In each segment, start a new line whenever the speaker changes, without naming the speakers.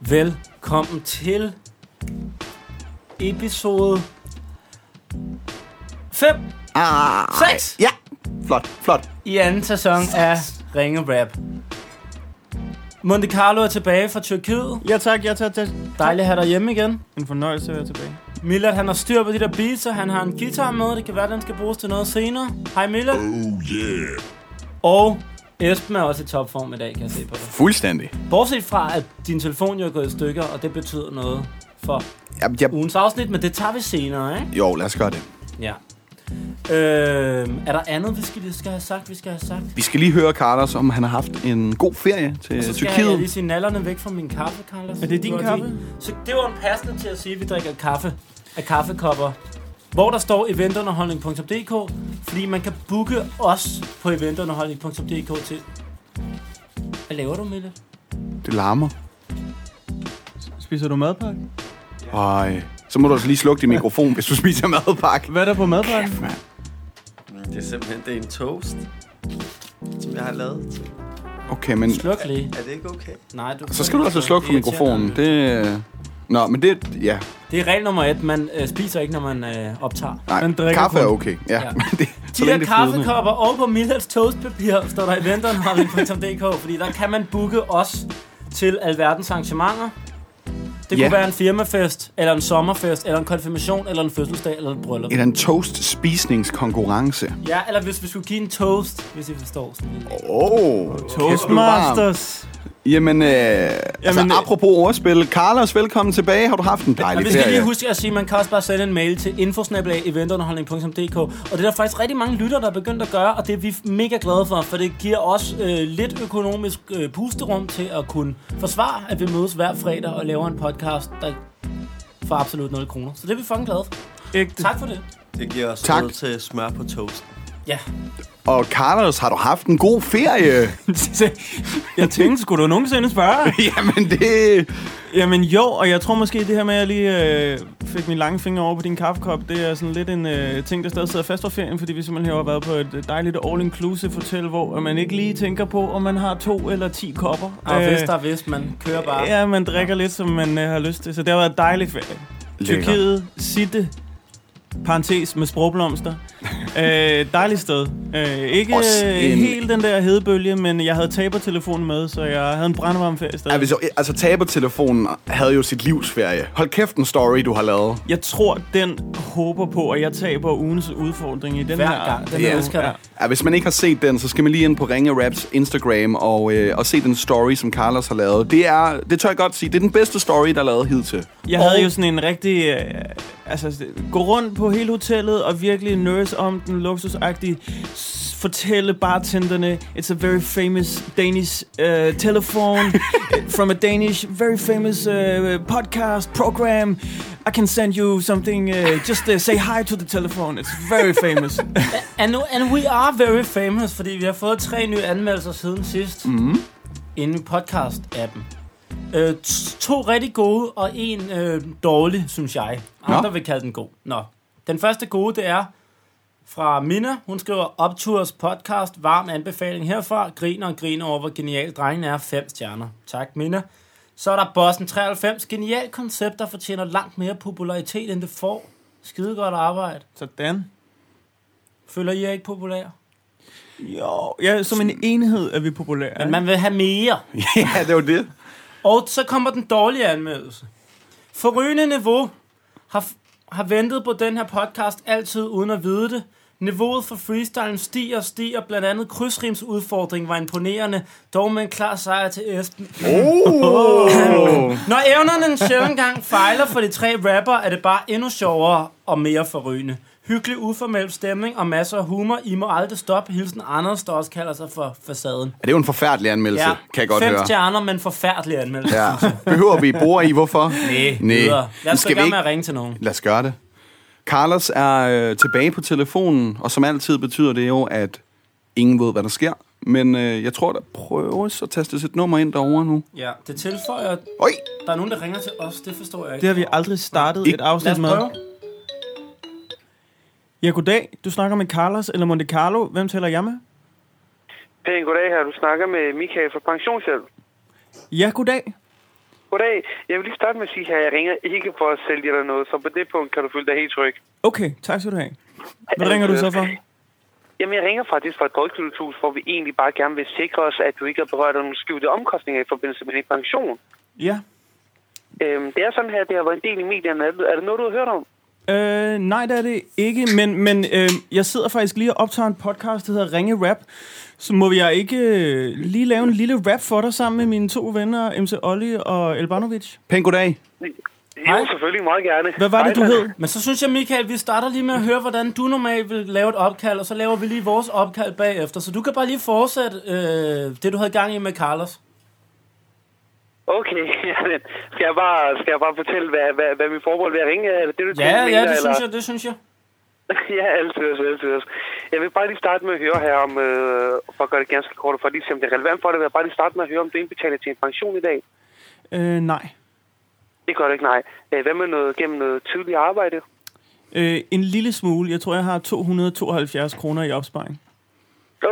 Velkommen til episode 5,
Ah,
6
ja, flot, flot.
i anden sæson af Ringe Rap. Monte Carlo er tilbage fra Tyrkiet.
Ja tak, ja tak, tak.
Dejligt at have dig hjemme igen.
En fornøjelse at være tilbage.
Millard, han har styr på de der beats, og han har en guitar med. Det kan være, den skal bruges til noget senere. Hej Millard. Oh yeah. Og Esben er også i topform i dag, kan jeg se på dig.
Fuldstændig.
Bortset fra, at din telefon jo er gået i stykker, og det betyder noget for
Jamen, jeg...
ugens afsnit, men det tager vi senere, ikke?
Jo, lad os gøre det.
Ja. Øh, er der andet, vi skal, lige skal have sagt, vi skal have sagt?
Vi skal lige høre Carlos, om han har haft en god ferie til
Så skal jeg lige
Øh, Tyrkiet.
sige nallerne væk fra min kaffe, Carlos.
Er det din
Fordi-
kaffe?
Så det var en passende til at sige, at vi drikker kaffe af kaffekopper. Hvor der står eventunderholdning.dk, fordi man kan booke os på eventunderholdning.dk til... Hvad laver du, Mille?
Det larmer.
Spiser du madpakke?
Ej. Så må du også lige slukke din mikrofon, hvis du spiser madpakke.
Hvad er der på madpakken?
Det er simpelthen det er en toast, som jeg har lavet. til-
Okay, men
Sluk lige.
Er det ikke okay?
Nej, du
så skal du altså slukke for
Det er irriterende.
mikrofonen. Det... øh, Nå, men det... Ja,
Det er regel nummer et. Man øh, spiser ikke, når man øh, optager.
nej.
Man drikker
Kaffe er
kun.
okay. Ja,
Ja.
ja. det,
De
så længe
her
det er flydende.
kaffekopper og på Millets toastpapir står der eventunderholdning.dk, fordi der kan man booke os til alverdens arrangementer. Det
Ja.
kunne være en firmafest, eller en sommerfest, eller en konfirmation, eller en fødselsdag, eller et bryllup.
Eller en toast-spisningskonkurrence.
Ja, eller hvis vi skulle give en toast, hvis I forstår sådan lidt.
Åh, oh,
Toastmasters.
Jamen, øh, Jamen
Jamen,
altså,
øh,
apropos ordspil. Carlos, velkommen tilbage. Har du haft en
Og
dejlig
vi skal
ferie?
lige huske at sige, at man kan også bare sende en mail til infosnabelag.eventunderholdning.dk Og det er der faktisk rigtig mange lytter, der er begyndt at gøre, og det er vi mega glade for, for det giver os øh, lidt økonomisk øh, pusterum til at kunne forsvare, at vi mødes hver fredag og laver en podcast, der for absolut 0 kroner. Så det er vi fucking glade for.
Ægte.
Tak for det.
Det giver os
Tak.
råd til smør på toasten.
Ja,
Og Carlos, har du haft en god ferie?
jeg tænkte, skulle du nogensinde spørge?
Jamen, det...
Jamen jo, og jeg tror måske det her med, at jeg lige øh, fik min lange finger over på din kaffekop, det er sådan lidt en øh, ting, der stadig sidder fast for ferien, fordi vi simpelthen har været på et øh, dejligt all-inclusive hotel, hvor man ikke lige tænker på, om man har to eller ti kopper.
og
Øh,
hvis der er hvis, man kører bare.
Ja, man drikker lidt, som man øh, har lyst til. Så det har været en dejlig ferie.
Lækker.
Tyrkiet, Sitte, parentes med sprogblomster. øh, dejligt sted. Øh, ikke
Også
øh,
en-
helt den der hedebølge, men jeg havde tabertelefonen med, så jeg havde en brandvarm ferie
Ja,
stadig.
hvis, jeg- altså, tabertelefonen havde jo sit livs ferie. Hold kæft en story, du har lavet.
Jeg tror, den håber på, at jeg taber ugens udfordring i den
Hver
her.
gang. Den
Ja.
elsker dig.
Ja, hvis man ikke har set den, så skal man lige ind på Ringe Raps Instagram og, øh, og se den story, som Carlos har lavet. Det er, det tør jeg godt sige, det er den bedste story, der er lavet hidtil.
Jeg
Og-
havde jo sådan en rigtig... Øh, altså, gå rundt på hele hotellet og virkelig nurse om den luksusagtige. S- Fortælle bartenderne, it's a very famous Danish uh, telephone from a Danish very famous uh, podcast program. I can send you something. Uh, just uh, say hi to the telephone. It's very famous.
And, and we are very famous, fordi vi har fået tre nye anmeldelser siden sidst. Mm. Inden podcast-appen. Øh, t- to rigtig gode, og en øh, dårlig, synes jeg. Andre
Nå.
vil kalde den god. Nå. Den første gode, det er fra Minna. Hun skriver, Opturs podcast, varm anbefaling herfra. Griner og griner over, hvor genial drengen er. Fem stjerner. Tak, Minna. Så er der Bossen 93. Genial koncept, der fortjener langt mere popularitet, end det får. Skidegodt arbejde.
Sådan.
Føler I jer ikke populære?
Jo, ja, som en enhed er vi populære.
Men man vil have mere.
ja, det var det.
Og så kommer den dårlige anmeldelse. Forrygende niveau har, har ventet på den her podcast altid uden at vide det. Niveauet for freestylen stiger og stiger. Blandt andet krydsrimsudfordring var imponerende, dog med en klar sejr til Esben.
Oh.
Når evnerne en sjældent gang fejler for de tre rapper, er det bare endnu sjovere og mere forrygende. Hyggelig uformel stemning og masser af humor. I må aldrig stoppe. Hilsen Anders, der også kalder sig for facaden.
det er jo en forfærdelig anmeldelse, kan jeg godt
Fem
høre.
stjerner, men forfærdelig anmeldelse.
Ja. Behøver vi bore i, hvorfor?
Næh,
Næh.
videre. Lad
Men
os
skal
skal gå i gang
vi
med
ikke-
at ringe til nogen.
Lad os gøre det. Carlos er øh, tilbage på telefonen, og som altid betyder det jo, at ingen ved, hvad der sker. Men øh, jeg tror, der prøves at taste sit nummer ind derovre nu.
Ja, det tilføjer, at
Oj!
der er nogen, der ringer til os. Det forstår jeg ikke.
Det har vi aldrig startet et
Ikke-
Lad
afsnit
os
med.
prøve.
Ja, goddag. Du snakker med Carlos eller Monte Carlo. Hvem taler jeg med?
Pæn goddag her. Du snakker med Michael fra Pensionshjælp.
Ja, goddag.
Goddag. Jeg vil lige starte med at sige her, jeg ringer ikke for at sælge dig noget, så på det punkt kan du føle dig helt tryg.
Okay, tak skal du have. Hvad ringer du så for?
Jamen, jeg ringer faktisk fra et drøgtklubhus, hvor vi egentlig bare gerne vil sikre os, at du ikke er berørt af nogle skjulte omkostninger i forbindelse med din pension.
Ja.
Øhm, det er sådan her, det har været en del i medierne. Er det- Er det noget, du har hørt om?
Øh, nej, det er det ikke, men, men øh, jeg sidder faktisk lige og optager en podcast, der hedder Ringe Rap. Så må jeg ikke øh, lige lave en lille rap for dig sammen med mine to venner, MC Olli og Elbanovic?
Pæn goddag.
Jo,
Hej.
selvfølgelig meget gerne.
Hvad var det, du
Hej,
hed?
Men så synes jeg, Michael, vi starter lige med at høre, hvordan du normalt vil lave et opkald, og så laver vi lige vores opkald bagefter. Så du kan bare lige fortsætte øh, det, du havde gang i med Carlos.
Okay, jamen, skal jeg bare, skal jeg bare fortælle, hvad, hvad, hvad min formål ved at ringe er? Er det, det, du
Ja,
mener,
ja, det
eller?
synes jeg, det synes jeg.
ja, altid, altid, altid. Jeg vil bare lige starte med at høre her om, øh, for at gøre det ganske kort, og for at lige se, om det er relevant for dig, vil jeg bare lige starte med at høre, om du indbetaler til en pension i dag.
Øh, nej.
Det gør det ikke, nej. Øh, Hvad med noget gennem noget tidligt arbejde?
Øh, en lille smule. Jeg tror, jeg har 272 kroner i opsparing.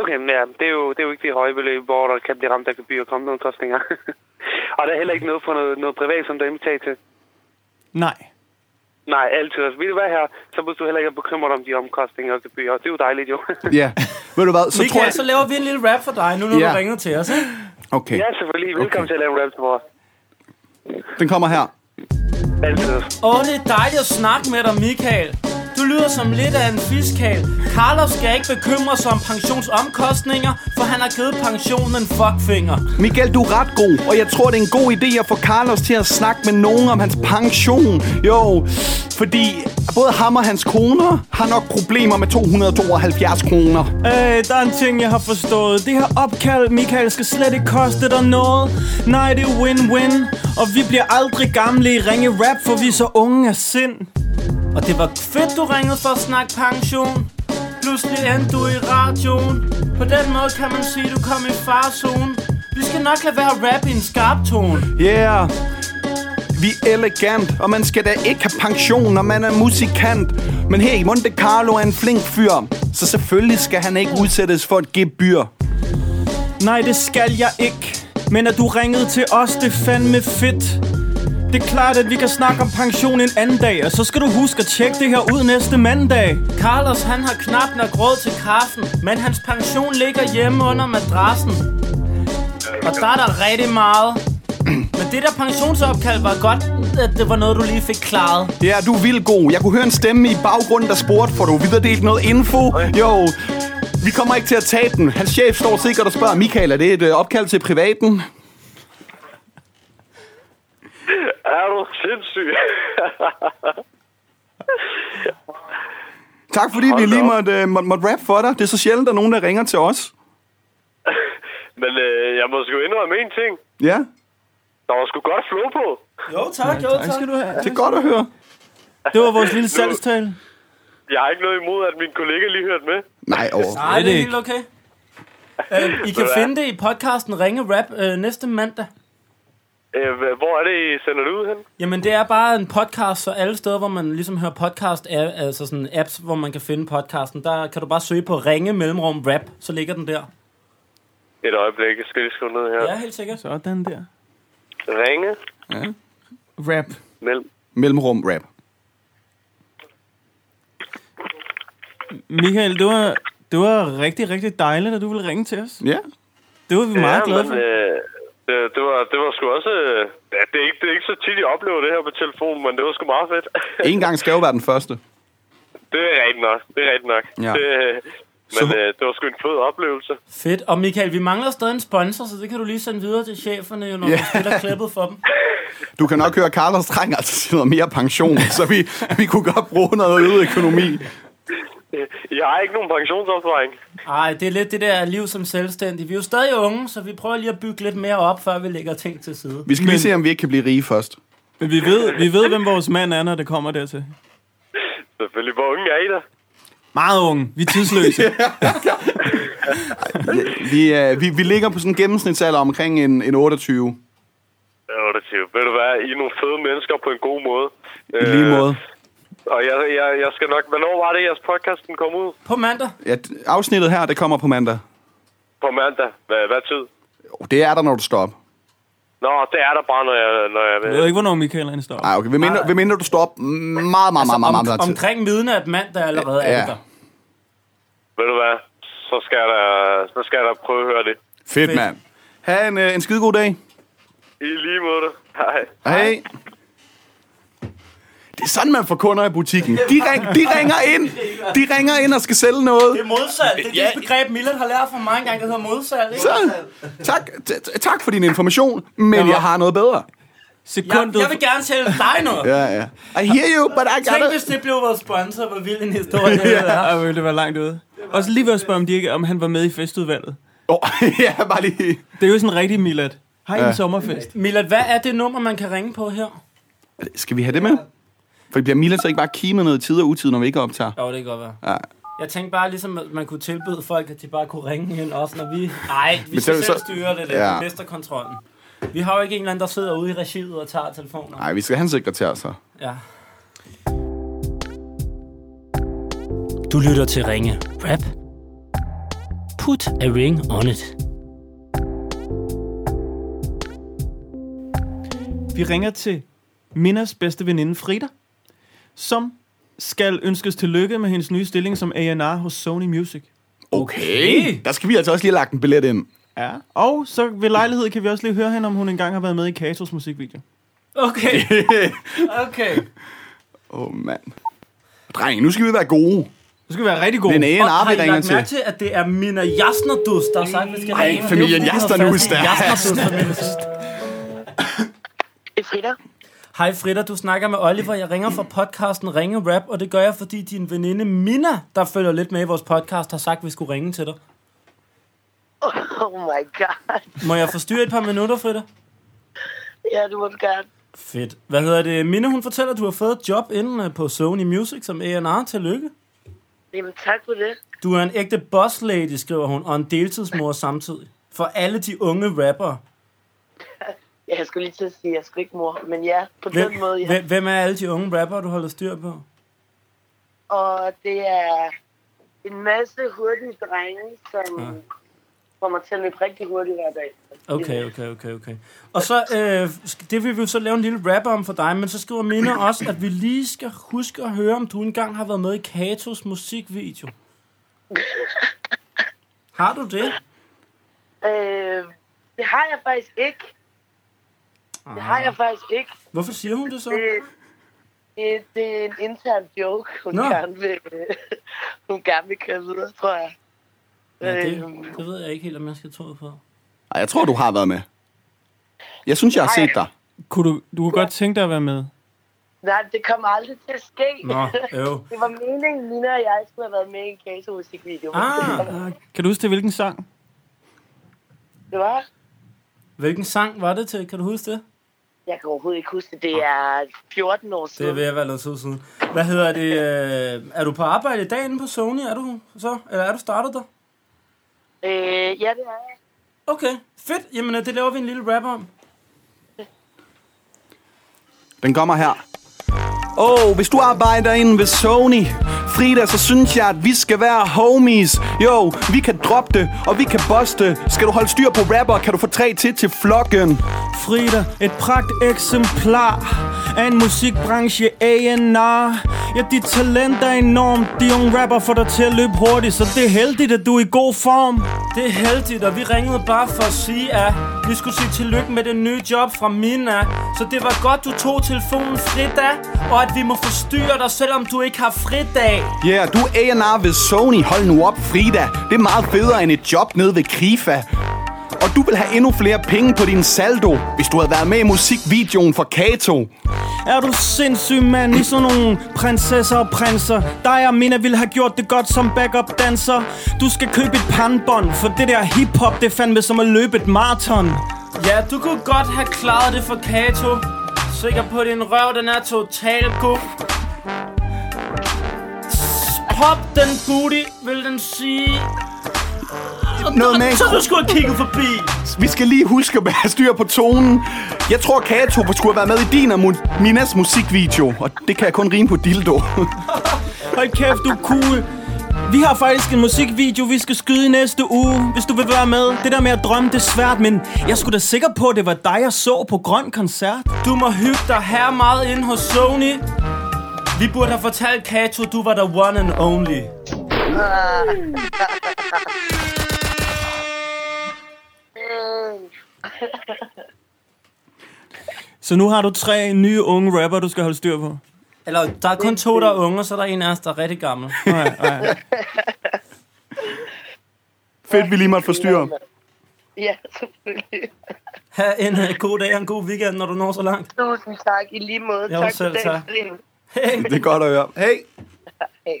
Okay, men ja, det er, jo, det er jo ikke det høje beløb, hvor der kan blive ramt af gebyr og kommende omkostninger. og der er heller ikke noget for noget, noget privat, som du er inviteret til.
Nej.
Nej, altid. Altså, vil du være her, så må du heller ikke bekymre dig om de omkostninger og gebyrer. Det er jo dejligt, jo.
Ja. Ved du hvad,
Så
så tror
Michael,
jeg...
så laver vi en lille rap for dig, nu når
Ja.
du ringede til os. Ikke?
Okay,
ja, selvfølgelig. Velkommen okay.
Okay.
til at lave en rap til vores.
den kommer her.
Altid.
Åh, det er dejligt at snakke med dig, Michael. Du lyder som lidt af en fiskal. Carlos skal ikke bekymre sig om pensionsomkostninger, for han har givet pensionen en fuckfinger.
Michael, du er ret god, og jeg tror, det er en god idé at få Carlos til at snakke med nogen om hans pension. Jo, fordi både ham og hans koner har nok problemer med 272 kroner.
Øh, der er en ting, jeg har forstået. Det her opkald, Michael, skal slet ikke koste dig noget. Nej, det er win-win. Og vi bliver aldrig gamle i Ringe Rap, for vi er så unge af sind.
Og det var fedt, du ringede for at snakke pension. Pludselig endte du i radioen. På den måde kan man sige, du kom i farzone. Vi skal nok lade være at rappe i en skarp tone.
Yeah. Vi er elegant, og man skal da ikke have pension, når man er musikant. Men hey, Monte Carlo er en flink fyr, så selvfølgelig skal han ikke udsættes for et gebyr.
Nej, det skal jeg ikke. Men at du ringede til os, det er fandme fedt. Det er klart, at vi kan snakke om pension en anden dag, og så skal du huske at tjekke det her ud næste mandag.
Carlos han har knap nok råd til kaffen, men hans pension ligger hjemme under madrassen. Og der er der rigtig meget. Men det der pensionsopkald var godt, at det var noget, du lige fik klaret.
Ja, du er vildt god. Jeg kunne høre en stemme i baggrunden, der spurgte, får du videredelt noget info? Jo, vi kommer ikke til at tage den. Hans chef står sikkert og spørger, Michael, er det et øh, opkald til privaten?
Er du sindssyg?
Tak fordi vi
Hold
lige
da op.
måtte, øh, måtte, måtte rap for dig. Det er så sjældent, at nogen der ringer til os.
Men øh, jeg må sgu indrømme en ting.
Ja,
Der var sgu godt flow på.
Jo tak, jo
Tak skal du have.
det er godt at høre.
Det var vores lille salgstale.
Jeg har ikke noget imod, at min kollega lige hørte med.
Nej, over.
Nej, det er
ikke.
helt okay. Øh, I kan finde det i podcasten Ringe Rap øh, næste mandag.
Øh, hvor er det, I sender det ud hen?
Jamen, det er bare en podcast, så alle steder, hvor man ligesom hører podcast, er, altså sådan apps, hvor man kan finde podcasten, der kan du bare søge på Ringe Mellemrum Rap, så ligger den der.
Et øjeblik, jeg skal lige skrive ned her.
Ja, helt sikkert.
Sådan der.
Ringe
Rap.
mellem...
Mellemrum rap.
Michael, det var, det var rigtig, rigtig dejligt, at du ville ringe til os.
Ja.
Det var vi meget glade for.
øh, det, det, var, det var sgu også... øh, Ja, det, er ikke, det er ikke så tit, jeg oplever det her på telefonen, men det var sgu meget fedt.
En gang skal jo være den første.
det er rigtigt nok. Det er rigtigt nok.
Ja.
Det, øh, men
Så-
øh, det var sgu en fed oplevelse.
Fedt. Og Michael, vi mangler stadig en sponsor, så det kan du lige sende videre til cheferne, jo, når
Ja.
yeah. du spiller klippet for dem.
Du kan nok høre, at Carlos trænger altså til noget mere pension, så vi, vi kunne godt bruge noget øget økonomi.
Jeg har ikke nogen pensionsopsparing.
Ej, det er lidt det der liv som selvstændig. Vi er jo stadig unge, så vi prøver lige at bygge lidt mere op, før vi lægger ting til side.
Vi skal lige se, om vi ikke kan blive rige først.
Men vi ved, vi ved, hvem vores mand er, når det kommer dertil.
Selvfølgelig, hvor unge er I da?
Meget unge. Vi er tidsløse.
Vi, øh, vi, vi ligger på sådan en gennemsnitsalder omkring en, en 28.
28. Ved du hvad, I er nogle fede mennesker på en god måde. Øh,
I lige måde.
Og jeg, jeg, jeg skal nok... Hvornår var det, jeres podcast den kom ud?
På mandag.
Ja, d- afsnittet her, det kommer på mandag. Oh,
På mandag. Hvad, hvad tid?
Jo, Det er der, når du står op.
Nå, det er der bare, når jeg... Når jeg
Jeg ved ikke, hvornår Michael han står. Altså,
Ej, okay. Hvem mindre, hvem mindre du står op meget, meget, meget, meget, meget, meget
Om,
tid.
omkring midnat mandag allerede
Ja.
er det der.
Ved du hvad? Så skal jeg da, så skal jeg da prøve at høre det.
Fedt, mand. Ha' en, øh, en skide god dag.
I lige måde. Hej.
Hej. Det er sådan, man får kunder i butikken. De, ring, de ringer ind. De ringer ind og skal sælge noget.
Det er modsat. Det er det begreb, Millet har lært fra mig engang, der hedder modsat. Ikke?
Så, tak, t- t- tak for din information, men jeg har noget bedre.
Jeg,
Sekundet,
jeg vil gerne sælge dig noget.
Ja, ja. I hear you, but I
Tænk,
got
hvis
it.
det blev vores sponsor, hvor vild en historie det ja. er.
Ej, hvor ville det var langt ude. Også lige ved at spørge, om, de ikke, om han var med i festudvalget.
Oh, ja, bare lige.
Det er jo sådan en rigtig Milad. Har I en sommerfest?
Millet, hvad er det nummer, man kan ringe på her?
Skal vi have det med? For bliver Mila så ikke bare kimet noget tid og utid, når vi ikke optager?
Jo, det kan godt være.
Ja.
Jeg tænkte bare ligesom, at man kunne tilbyde folk, at de bare kunne ringe ind, også når vi... Nej, vi
Men
skal
så-
selv
så-
styre det der.
Ja.
Ja. kontrollen. Vi har jo ikke en eller anden, der sidder ude i regiet og tager telefoner.
Nej, vi skal have en sekretær så.
Ja. Du lytter til Ringe Rap. Put a ring on it.
Vi ringer til Minnas bedste veninde Frida, som skal ønskes tillykke med hendes nye stilling som A&R hos Sony Music.
Okay. Der skal vi altså også lige have lagt en billet ind.
Ja. Og så ved lejlighed kan vi også lige høre hende, om hun engang har været med i Katos musikvideo.
Okay, okay.
Åh, oh, mand. Dreng, nu skal vi være gode.
Du skal være rigtig god.
Det er en
Og
AR,
har
vi
I
ringer
lagt
til.
mærke til, at det er Mina Jasnerdus, der har sagt, at vi skal
Ej,
ringe?
familien
Det er jo fordi,
Jasnernus,
hun
der.
har fast i en Jasnerdus-familie.
Det er Frida.
Hej Frida, du snakker med Oliver. Jeg ringer fra podcasten Ringe Rap, og det gør jeg, fordi din veninde Mina, der følger lidt med i vores podcast, har sagt, at vi skulle ringe til dig.
Oh my god.
Må jeg forstyrre et par minutter, Frida?
Ja, du må du gerne.
Fedt. Hvad hedder det? Mina, hun fortæller, at du har fået et job inde på Sony Music som A&R. Tillykke.
Jamen, tak for det.
Du er en ægte boss lady, skriver hun, og en deltidsmor samtidig. For alle de unge rappere.
Ja, jeg skulle lige til at sige, at jeg er sgu ikke mor, men ja, på
Hvem,
den måde, ja.
hvem- hvem er alle de unge rappere, du holder styr på?
Og det er en masse hurtige drenge, som
Ja.
ja. får mig til at løbe rigtig hurtigt hver dag.
Okay, okay, okay, okay. Og så, øh, sk- det vil vi jo så lave en lille rap om for dig, men så skriver Mina også, at vi lige skal huske at høre, om du engang har været med i Katos musikvideo. Har du det?
Øh, det har jeg faktisk ikke. Det har
Ah.
jeg faktisk ikke.
Hvorfor siger hun det så?
Det, det, det er en intern joke, hun,
Nå.
gerne vil, øh. hun gerne vil køre videre, tror jeg.
Ja, det,
Øhm,
det ved jeg ikke helt, om jeg skal tro på.
Ej, jeg tror, du har været med. Jeg synes, jeg har set dig.
Kunne du, du kunne godt tænke dig at være med.
Nej, det kommer aldrig til at ske.
Nå, øv.
Det var meningen, Nina og jeg skulle have været med i en Kato-musikvideo.
Ah,
Kan du huske til hvilken sang?
Det var...
hvilken sang var det til? Kan du huske det?
Jeg kan overhovedet ikke huske det. Det er 14 år
Det er
siden.
ved at være noget tid siden. Hvad hedder det? Øh, er du på arbejde i dag inde på Sony? Er du så? Eller er du startet der?
Øh, ja, det er jeg.
Okay, fedt. Jamen, øh, det laver vi en lille rap om.
Den kommer her. Åh, oh, hvis du arbejder inde ved Sony Frida, så synes jeg, at vi skal være homies Jo, vi kan droppe det, og vi kan boste Skal du holde styr på rapper, kan du få tre til til flokken
Frida, et pragt eksemplar af en musikbranche A&R. Ja, dit talent er enormt. De unge rapper får dig til at løbe hurtigt, så det er heldigt, at du er i god form.
Det er heldigt, og vi ringede bare for at sige, at vi skulle sige tillykke med det nye job fra Mina. Så det var godt, du tog telefonen Frida, og at vi må forstyrre dig, selvom du ikke har fridag.
Ja, yeah, du er A&R ved Sony Hold nu op, Frida Det er meget federe end et job nede ved Krifa Og du vil have endnu flere penge på din saldo Hvis du havde været med i musikvideoen for Kato
Er du sindssyg, mand? I sådan nogle prinsesser og prinser. Dig og Mina ville have gjort det godt som backup danser. Du skal købe et pandbånd, for det der hiphop, det er fandme som at løbe et maraton.
Ja, du kunne godt have klaret det for Kato. Sikker på, at din røv, den er totalt god. Pop den booty, vil den sige.
Noget med en
Så du skulle have kigget forbi.
Vi skal lige huske at have styr på tonen. Jeg tror, Kato skulle have været med i din og mu- Minas musikvideo. Og det kan jeg kun rime på dildo.
Hold kæft, du er cool. Vi har faktisk en musikvideo, vi skal skyde i næste uge, hvis du vil være med. Det der med at drømme, det er svært, men jeg skulle da sikker på, at det var dig, jeg så på Grøn Koncert.
Du må hygge dig her meget inde hos Sony. Vi burde have fortalt Kato, du var the one and only.
Så nu har du tre nye unge rapper, du skal holde styr på.
Eller, der er kun to, der er unge, og så er der en af os, der er rigtig gammel.
Fedt, vi lige måtte forstyrre.
Ja, selvfølgelig.
Ha' en øh, god dag og en god weekend, når du når så langt.
Tusind tak i lige måde.
Jo,
tak
selv
for
tak.
dagens
Det er godt at høre. Hey!
Hey.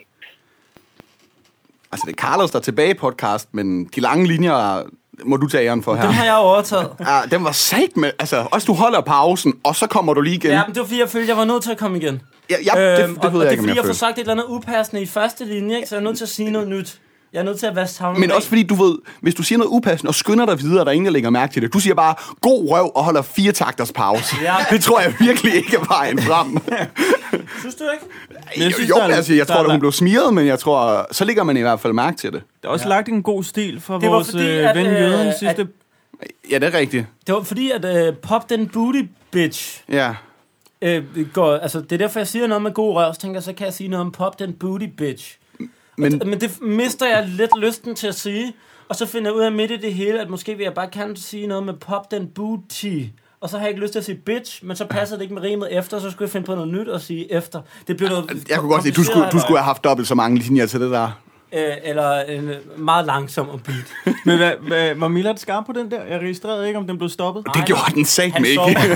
Altså, det er Carlos, der er tilbage i podcast, men de lange linjer må du tage æren for her.
Den har jeg overtaget.
Ah, den var sat med. Altså, også du holder pausen, og så kommer du lige igen.
Ja, men det var fordi, jeg følte, jeg var nødt til at komme igen. Øhm,
Ja, ja det, det,
og,
ved
og
jeg
det er
ikke, om
fordi,
jeg
jeg får
føler.
sagt et eller andet upassende i første linje, ikke? så jeg er nødt til at sige noget nyt. Jeg er nødt til at være sammen
Men også fordi, du ved, hvis du siger noget upassende og skynder dig videre, og der er ingen, der lægger mærke til det. Du siger bare, god røv og holder fire takters pause.
Ja.
Det tror jeg virkelig ikke er vejen frem.
Synes du ikke?
Jeg
synes,
synes, jo,
der er-
altså, jeg
der
tror,
er-
at hun blev smiret, men jeg tror, så lægger man i hvert fald mærke til det.
Der er også ja. lagt en god stil fra
Det var
vores
fordi,
fordi,
at,
ven
øh,
Jøden
at-
sidste...
Ja, det er rigtigt.
Det var fordi, at øh, Pop den Booty Bitch
Ja.
øh, går... Altså, det er derfor, jeg siger noget med god røv, så tænker jeg, så kan jeg sige noget om Pop den Booty Bitch.
Men,
Men det mister jeg lidt lysten til at sige. Og så finder jeg ud af midt i det hele, at måske vil jeg bare kan sige noget med pop den booty. Og så har jeg ikke lyst til at sige bitch, men så passer det ikke med rimet efter, så skulle jeg finde på noget nyt at sige efter. Det blev noget
jeg kunne godt se,
kompliceret
du skulle, du
halløj.
skulle have haft dobbelt så mange linjer til det der.
Øh, eller en øh, meget langsom og beat.
Men hvad, hvad, var Millard skarp på den der? Jeg registrerede ikke, om den blev stoppet.
Det gjorde den sat
Han
med
sover.
ikke.
Der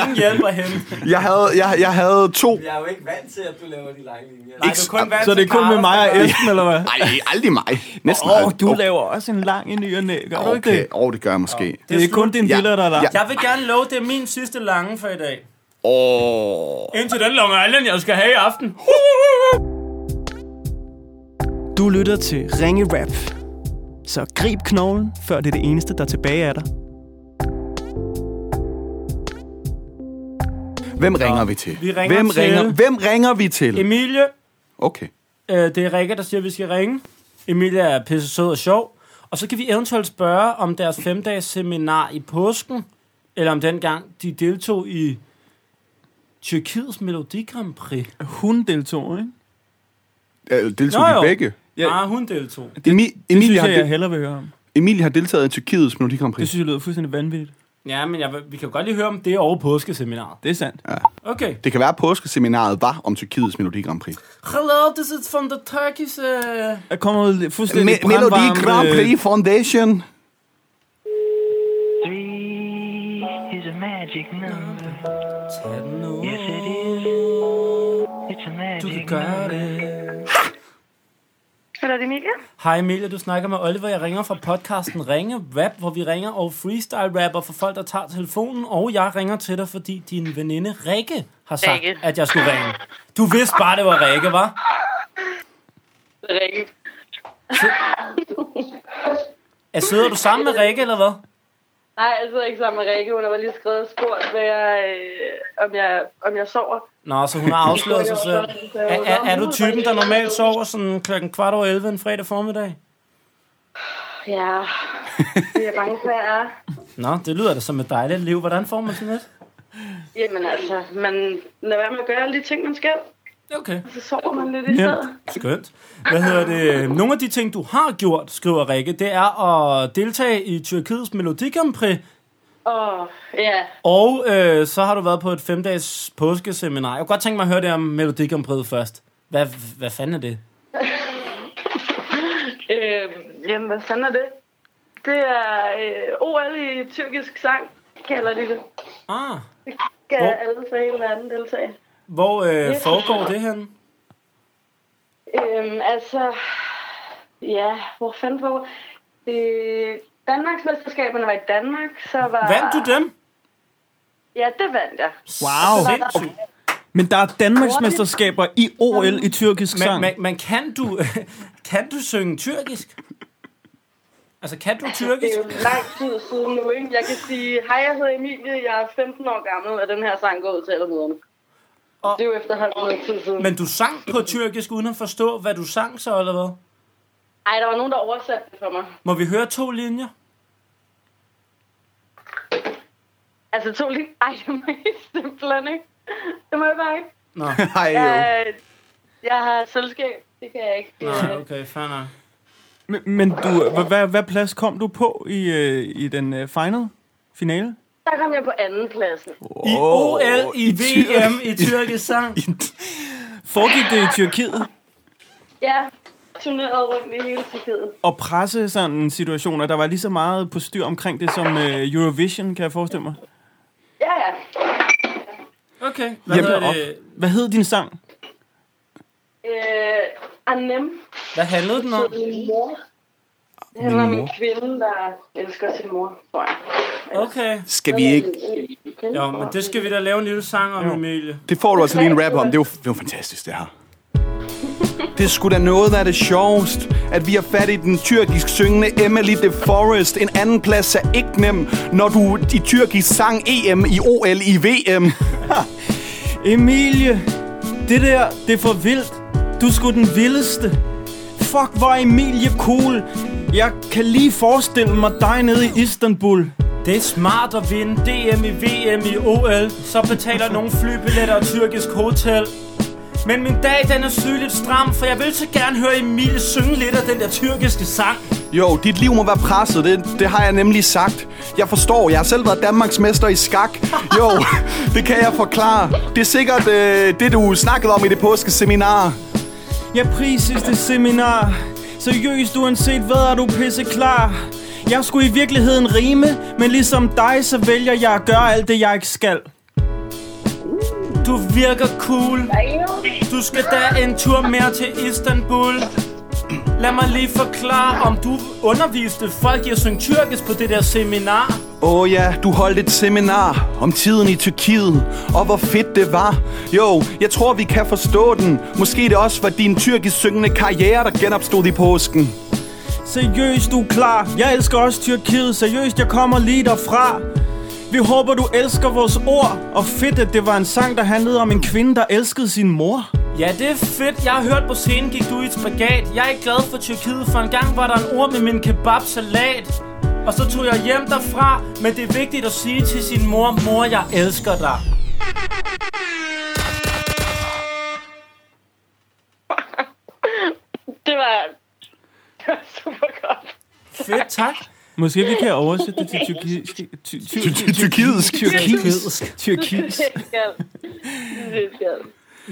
er ingen hjælper henne.
Jeg havde, jeg, jeg havde to...
Jeg er jo ikke vant til, at du laver de lange linjer.
Nej, du er kun vant
Så det er
til
kun med
Carlos,
mig
der
og
gør det.
Esben, eller hvad?
Nej, aldrig mig. Næsten
Åh, oh,
aldrig.
du laver også en lang i ny og næ, gør du ikke
Okay,
det?
åh, det gør jeg måske. Åh,
Det er kun din
Ja.
billeder, der er lang.
Jeg vil gerne love, det er min sidste lange for i dag.
oh.
Indtil den Long Island, jeg skal have i aften.
Du lytter til Ringe Rap. Så grib knoglen, før det er det eneste, der er tilbage af dig.
Hvem ringer vi til?
Vi ringer
hvem
til-
Ringer, hvem ringer vi til?
Emilie,
Okay.
øh, det er Rikke, der siger, at vi skal ringe. Emilie er pisse sød og sjov. Og så kan vi eventuelt spørge om deres femdages seminar i påsken, eller om dengang de deltog i Tyrkiets Melodi Grand Prix.
Hun deltog, ikke?
Øh, Deltog
Nå
de
jo.
begge?
Ja.
Ja.
Nej, hun deltog.
Emi-
Det
Emilie,
synes
har
jeg, jeg
del-
hellere vil høre om.
Emilie har deltaget i Tyrkiets Melodi Grand Prix.
Det synes jeg lyder fuldstændig vanvittigt.
Ja, men jeg, vi kan jo godt lige høre om det over påskeseminaret.
Det er sandt.
Okay.
Det kan være, at påskeseminaret var om Tyrkiets Melodi Grand Prix.
Hello, this is from the Turkish... Uh...
Der kommer ud
Me-
fuldstændig
Melodi
brandvarmt,
Grand
øh,
Prix Foundation.
Three is a magic number.
Tag den nu.
Yes, it is. It's a
Du kan
magic
gøre
number.
det.
Hallo, det er Mika.
Hej Emilie, du snakker med Oliver. Jeg ringer fra podcasten Ringe Rap, hvor vi ringer og freestyle rapper for folk, der tager telefonen. Og jeg ringer til dig, fordi din veninde Rikke har sagt, Rikke.
Rikke.
at jeg skulle ringe. Du vidste bare, det var Rikke, var?
Rikke.
Sidder du sammen med Rikke, eller hvad?
Nej, jeg sidder ikke sammen med Rikke. Hun har bare lige skrevet og spurgt, hvad jeg, øh, om, jeg, om jeg sover.
Nå, så hun har afsløret sig selv. Er, er, er du typen, der normalt sover sådan klokken kvart over 11 en fredag formiddag?
Ja, det er jeg bange for, jeg er.
Nå, det lyder da som et dejligt liv. Hvordan får man sådan et?
Jamen altså, man lader være med at gøre alle de ting, man skal.
Okay.
Så sover man lidt i stedet.
Skønt. Hvad hedder det? Nogle af de ting, du har gjort, skriver Rikke, det er at deltage i Tyrkiets Melodi Grand Prix,
Åh, ja.
og øh, så har du været på et femdages påskeseminar. Jeg kunne godt tænke mig at høre det om Melodi Grand Prix først. Hvad, hvad fanden er det?
Øh, jamen, hvad fanden er det? Det er øh, OL i tyrkisk sang, kalder de det.
Ah,
Skal
Hvor-
alle fra hele verden deltage.
hvor øh, foregår det hen?
Øhm, altså, ja, hvor fanden på? Øh, Danmarksmesterskaberne var i Danmark, så var...
Vandt du dem?
Ja, det vandt jeg.
Wow.
Sindssygt.
Men der er Danmarksmesterskaber i OL i tyrkisk
Men,
sang.
men, men kan, du, kan du synge tyrkisk? Altså, kan du
Det
tyrkisk?
er jo lang tid siden nu, ikke? Jeg kan sige, hej, jeg hedder Emilie, jeg er 15 år gammel, og den her sang går ud til alle møderne.
Og-
Det er jo efterhånden noget tid siden.
Men du sang på tyrkisk uden at forstå, hvad du sang så, eller hvad?
Ej, der var nogen, der oversatte det for mig.
Må vi høre to linjer?
Altså to lige... Ej, det må jeg simpelthen ikke. Det må jeg bare ikke.
Nå,
Hej, jo.
Jeg, jeg har sølvskab. Det kan jeg ikke.
Nå
Øh,
okay, fair nok.
Men, men du, hvad, hvad, hvad plads kom du på i, øh, i den øh, final? Finale?
Der kom jeg på anden pladsen.
I
Åh,
OL, i
i Tyr-
VM, i tyrkisk sang.
Foregik det i Tyrkiet?
Ja, turnerede rundt i hele Tyrkiet.
Og presse sådan situationer, der var lige så meget på styr omkring det som øh, Eurovision, kan jeg forestille mig.
Ja, ja.
Okay, hvad hedder det?
Hvad hed din sang?
Øh, Anem
Hvad handlede den om?
hed min mor. Det handler om en kvinde, der elsker sin mor, tror jeg.
Okay.
Skal vi ikke...
Jo, men det skal vi da lave en lille sang om, Emilie.
Det får du altså lige en rap om. Det er jo, det er jo fantastisk, det her. Det skulle da noget af det sjovest, at vi har fat i den tyrkisk syngende Emily De Forest. En anden plads er ikke nem, når du i tyrkisk sang EM i OL i VM.
Emilie, det der, det er for vildt. Du skulle den vildeste. Fuck, hvor er Emilie cool. Jeg kan lige forestille mig dig nede i Istanbul.
Det er smart at vinde DM i VM i OL. Så betaler nogle flybilletter og tyrkisk hotel. Men min dag, den er sygeligt stram, for jeg vil så gerne høre Emilie synge lidt af den der tyrkiske sang.
Jo, dit liv må være presset, det, det har jeg nemlig sagt. Jeg forstår, jeg har selv været Danmarks mester i skak. Jo, det kan jeg forklare. Det er sikkert øh, det, du snakkede om i det påskeseminar.
Jeg prises det seminar Seriøst uanset hvad er du pisse klar Jeg skulle i virkeligheden rime Men ligesom dig så vælger jeg at gøre alt det jeg ikke skal
Du virker cool. Du skal da en tur mere til Istanbul. Lad mig lige forklare, om du underviste folk i at synge tyrkisk på det der seminar.
Åh oh ja, du holdt et seminar om tiden i Tyrkiet, og hvor fedt det var. Jo, jeg tror, vi kan forstå den. Måske det også var din tyrkisk syngende karriere, der genopstod i påsken.
Seriøst du er klar Jeg elsker også Tyrkiet Seriøst jeg kommer lige derfra Vi håber du elsker vores ord Og fedt at det var en sang der handlede om en kvinde der elskede sin mor
Ja, det er fedt. Jeg har hørt på scenen, gik du i et spagat. Jeg er ikke glad for Tyrkiet, for en gang var der en orm i min kebabsalat. Og så tog jeg hjem derfra, men det er vigtigt at sige til sin mor, mor, jeg elsker dig.
Det var, det var super godt.
Fedt, tak.
Måske vi kan oversætte det til tyrkisk
Tyrkisk.
Tyrkisk Tyrkisk
Det skal. Det skal.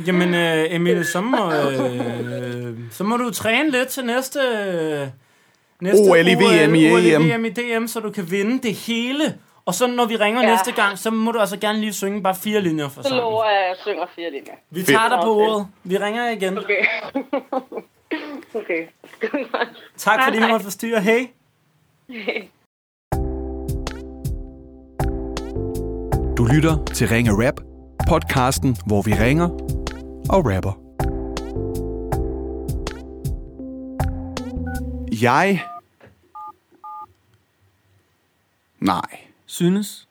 Jamen, øh, Emil, så må, øh, så må du træne lidt til næste... øh, næste
OL i VM i E
OL
EM.
VM i DM, så du kan vinde det hele. Og så når vi ringer ja.
Ja.
næste gang, så må du altså gerne lige synge bare fire linjer for
Så
sangen.
lover jeg, at jeg synger fire linjer.
Vi tager dig på
Okay.
ordet. Vi ringer igen.
Okay. okay.
Tak fordi vi måtte forstyrre. Hej.
Du lytter til Ringe Rap, podcasten, hvor vi ringer og rapper. Jeg... Nej.
Synes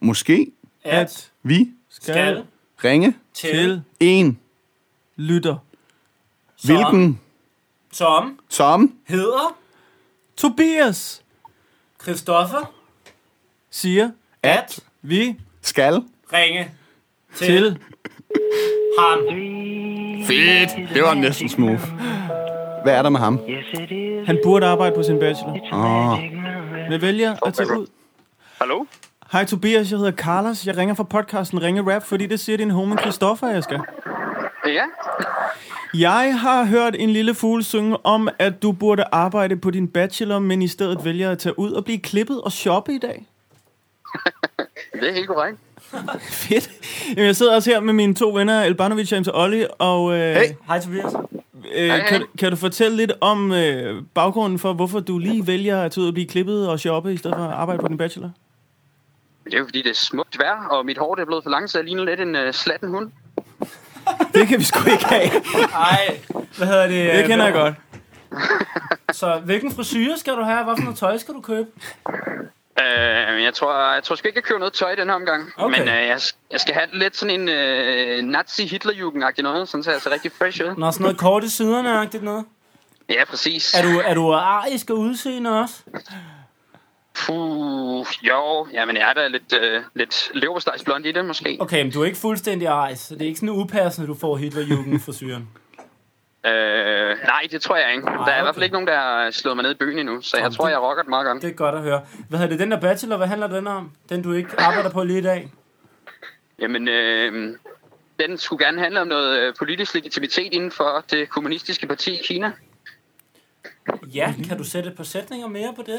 Måske
At
vi
skal
skal
ringe
til
en,
lytter
som,
hvilken
som
som
hedder
Tobias
Christoffer
siger,
at
vi
skal
ringe til,
til
til. ham.
Fedt. Det var næsten smooth. Hvad er der med ham?
Yes, it is.
han burde arbejde på sin bachelor,
It's a magic number.
men vælger at tage ud.
Hallo?
Hej Tobias, jeg hedder Carlos. Jeg ringer fra podcasten Ringe Rap, fordi det siger din homie Christoffer, jeg skal.
Ja?
Jeg har hørt en lille fugl synge om, at du burde arbejde på din bachelor, men i stedet vælger at tage ud og blive klippet og shoppe i dag.
Det er helt korrekt.
Fedt. Jamen, jeg sidder også her med mine to venner, Elbanovic James og Olli, og øh,
Hey.
Hej Tobias.
øh, Kan, du- kan du fortælle lidt om øh, baggrunden for, hvorfor du lige vælger at tage ud og blive klippet og shoppe, i stedet for at arbejde på din bachelor?
Det er jo fordi, det er smukt vejr, og mit hår det er blevet for langt, så jeg ligner lidt en
øh,
uh, slatten hund.
Det kan vi sgu ikke have.
Ej, Øh, hvad hedder det?
Det kender jeg godt.
Så hvilken frisyre skal du have? Hvad for noget tøj skal du købe?
Øh, jeg, tror, jeg tror sgu ikke, jeg køber noget tøj i den her omgang.
Okay.
Okay. Men øh, jeg, jeg skal have lidt sådan en øh, nazi hitlerjugend agtig noget, sådan så jeg ser rigtig fresh ud.
Nå, sådan noget kort i siderne agtigt noget.
Ja, præcis.
Er du, er du arisk og udseende også?
Puh, jo, jamen jeg er da lidt, øh, lidt leverpostejsblond i det måske.
Okay, men du er ikke fuldstændig arisk, så det er ikke sådan upassende, du får Hitlerjugend for syren.
Øh, nej, det tror jeg ikke. Der er i hvert
okay.
fald ikke nogen, der har slået mig ned i byen endnu, så jeg
Jamen,
tror,
det-
jeg rocker det meget godt.
Det er godt at høre. Hvad hedder det, den der bachelor, hvad handler den om? Den, du ikke arbejder på lige i dag?
Jamen, øh, den skulle gerne handle om noget øh, politisk legitimitet inden for det kommunistiske parti i Kina.
Ja, kan du sætte et par sætninger mere på det?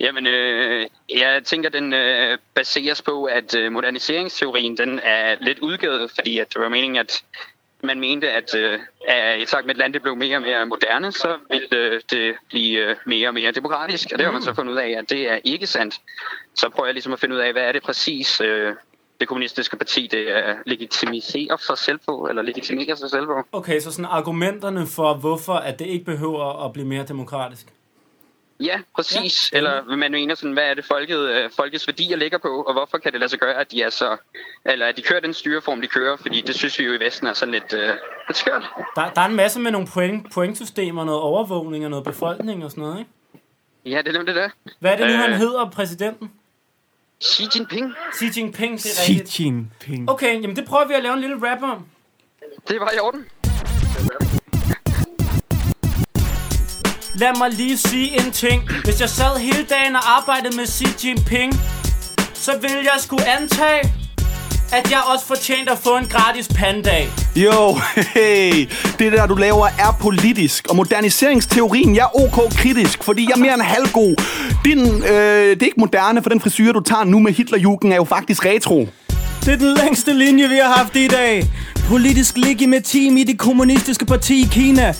Jamen, øh, jeg tænker, den øh, baseres på, at øh, moderniseringsteorien den er lidt udgivet, fordi at det var meningen, at man mente, at, øh, at i takt med, at landet blev mere og mere moderne, så ville øh, det blive øh, mere og mere demokratisk. Og det har man så fundet ud af, at det er ikke sandt. Så prøver jeg ligesom at finde ud af, hvad er det præcis, øh, det kommunistiske parti det øh, legitimiserer sig selv på, eller legitimerer sig selv på.
Okay, så sådan argumenterne for, hvorfor at det ikke behøver at blive mere demokratisk.
Ja, præcis. Ja. Eller man mener sådan, hvad er det folket, øh, folkets værdier ligger på, og hvorfor kan det lade sig gøre, at de er så, eller at de kører den styreform, de kører, fordi det synes vi jo i Vesten er sådan lidt, øh, lidt skørt.
Der, der er en masse med nogle point, pointsystemer, noget overvågning og noget befolkning og sådan noget, ikke?
Ja, det er nemlig det.
Hvad er det nu,
Øh.
han hedder, præsidenten?
Xi Jinping,
Xi Jinping, det er
Xi
rigtigt.
Jinping.
Okay, jamen det prøver vi at lave en lille rap om.
det var i orden.
Lad mig lige sige en ting Hvis jeg sad hele dagen og arbejdede med Xi Jinping Så ville jeg skulle antage At jeg også fortjente at få en gratis pandag
Jo, hey, det der du laver er politisk, og moderniseringsteorien, jeg er ok kritisk, fordi jeg er mere end halvgod. Din, øh, det er ikke moderne, for den frisyr, du tager nu med Hitlerjugend, er jo faktisk retro.
Det er den længste linje, vi har haft i dag. Politisk ligge med team i det kommunistiske parti i Kina.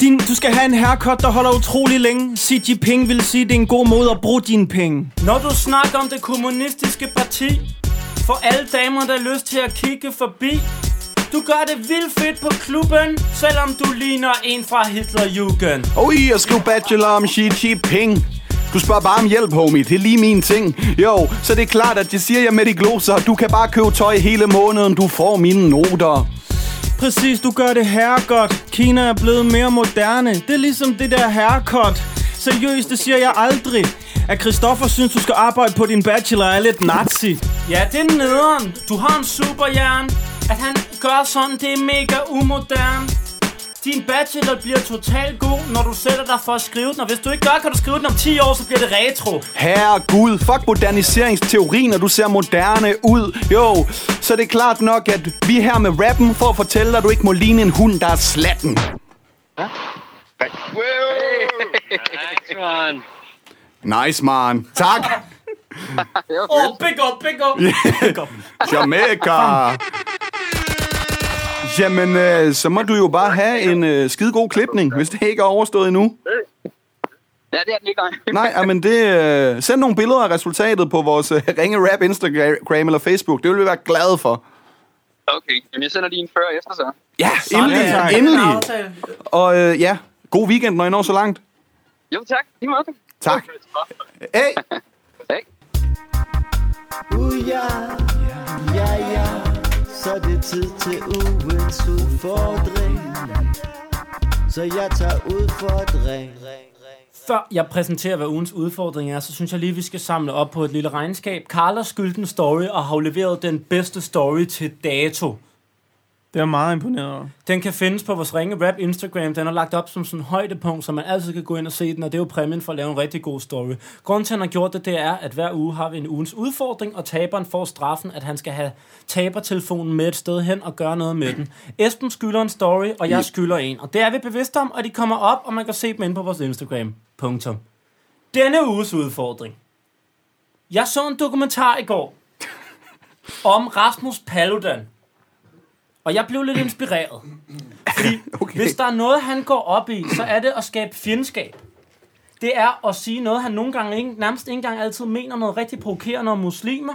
Din, du skal have en haircut, der holder utrolig længe. Xi Jinping vil sige, det er en god måde at bruge dine penge.
Når du snakker om det kommunistiske parti For alle damer, der har lyst til at kigge forbi Du gør det vildt fedt på klubben Selvom du ligner en fra Hitlerjugend
Og i at skrive bachelor om Xi Jinping. Du spørger bare om hjælp, homie. Det er lige min ting. Jo, så det er klart, at det siger jeg med de gloser. Du kan bare købe tøj hele måneden. Du får mine noter.
Præcis, du gør det herregodt. Kina er blevet mere moderne. Det er ligesom det der herregodt. Seriøst, det siger jeg aldrig. At Christoffer synes, du skal arbejde på din bachelor er lidt nazi.
Ja, det er nederen. Du har en superhjerne. At han gør sådan, det er mega umodern. Din bachelor bliver totalt god, når du sætter dig for at skrive den. Og hvis du ikke gør, kan du skrive den om 10 år, så bliver det retro.
Herre Gud, fuck moderniseringsteorien, og du ser moderne ud. Jo, så det er klart nok, at vi er her med rappen for at fortælle dig, at du ikke må ligne en hund, der er slatten. Nice, man. Tak.
Åh, oh, big up, big up.
Jamaica. Jamen, øh, så må du jo bare have en øh, skide god klipning, hvis det ikke er overstået endnu.
Øh.
Ja, det er den ikke, nej.
Nej, ah, men det... Øh, send nogle billeder af resultatet på vores øh, Ringe Rap Instagram eller Facebook. Det vil vi være glade for.
Okay, jamen jeg sender lige en før og efter så.
Ja,
Sådan, tak.
endelig, endelig. Og øh, ja, god weekend, når I når så langt.
Jo, tak. Lige måde.
Tak. Hey.
Hey.
Uja, Uh, ja ja, så er det tid til ugens udfordring. Så jeg tager udfordring.
Før jeg præsenterer, hvad ugens udfordring er, så synes jeg lige, vi skal samle op på et lille regnskab. Carla skyldte en story og har jo leveret den bedste story til dato.
Det er jeg meget imponeret over.
Den kan findes på vores Ringe Rap Instagram. Den er lagt op som sådan en højdepunkt, så man altid kan gå ind og se den, og det er jo præmien for at lave en rigtig god story. Grunden til, at han har gjort det, det er, at hver uge har vi en ugens udfordring, og taberen får straffen, at han skal have tabertelefonen med et sted hen og gøre noget med den. Esben skylder en story, og jeg skylder en. Og det er vi bevidste om, og de kommer op, og man kan se dem inde på vores Instagram. Punktum. Denne uges udfordring. Jeg så en dokumentar i går om Rasmus Paludan. Og jeg blev lidt inspireret. Fordi okay. hvis der er noget, han går op i, så er det at skabe fjendskab. Det er at sige noget, han nogle gange ikke, nærmest ikke engang altid mener noget rigtig provokerende om muslimer.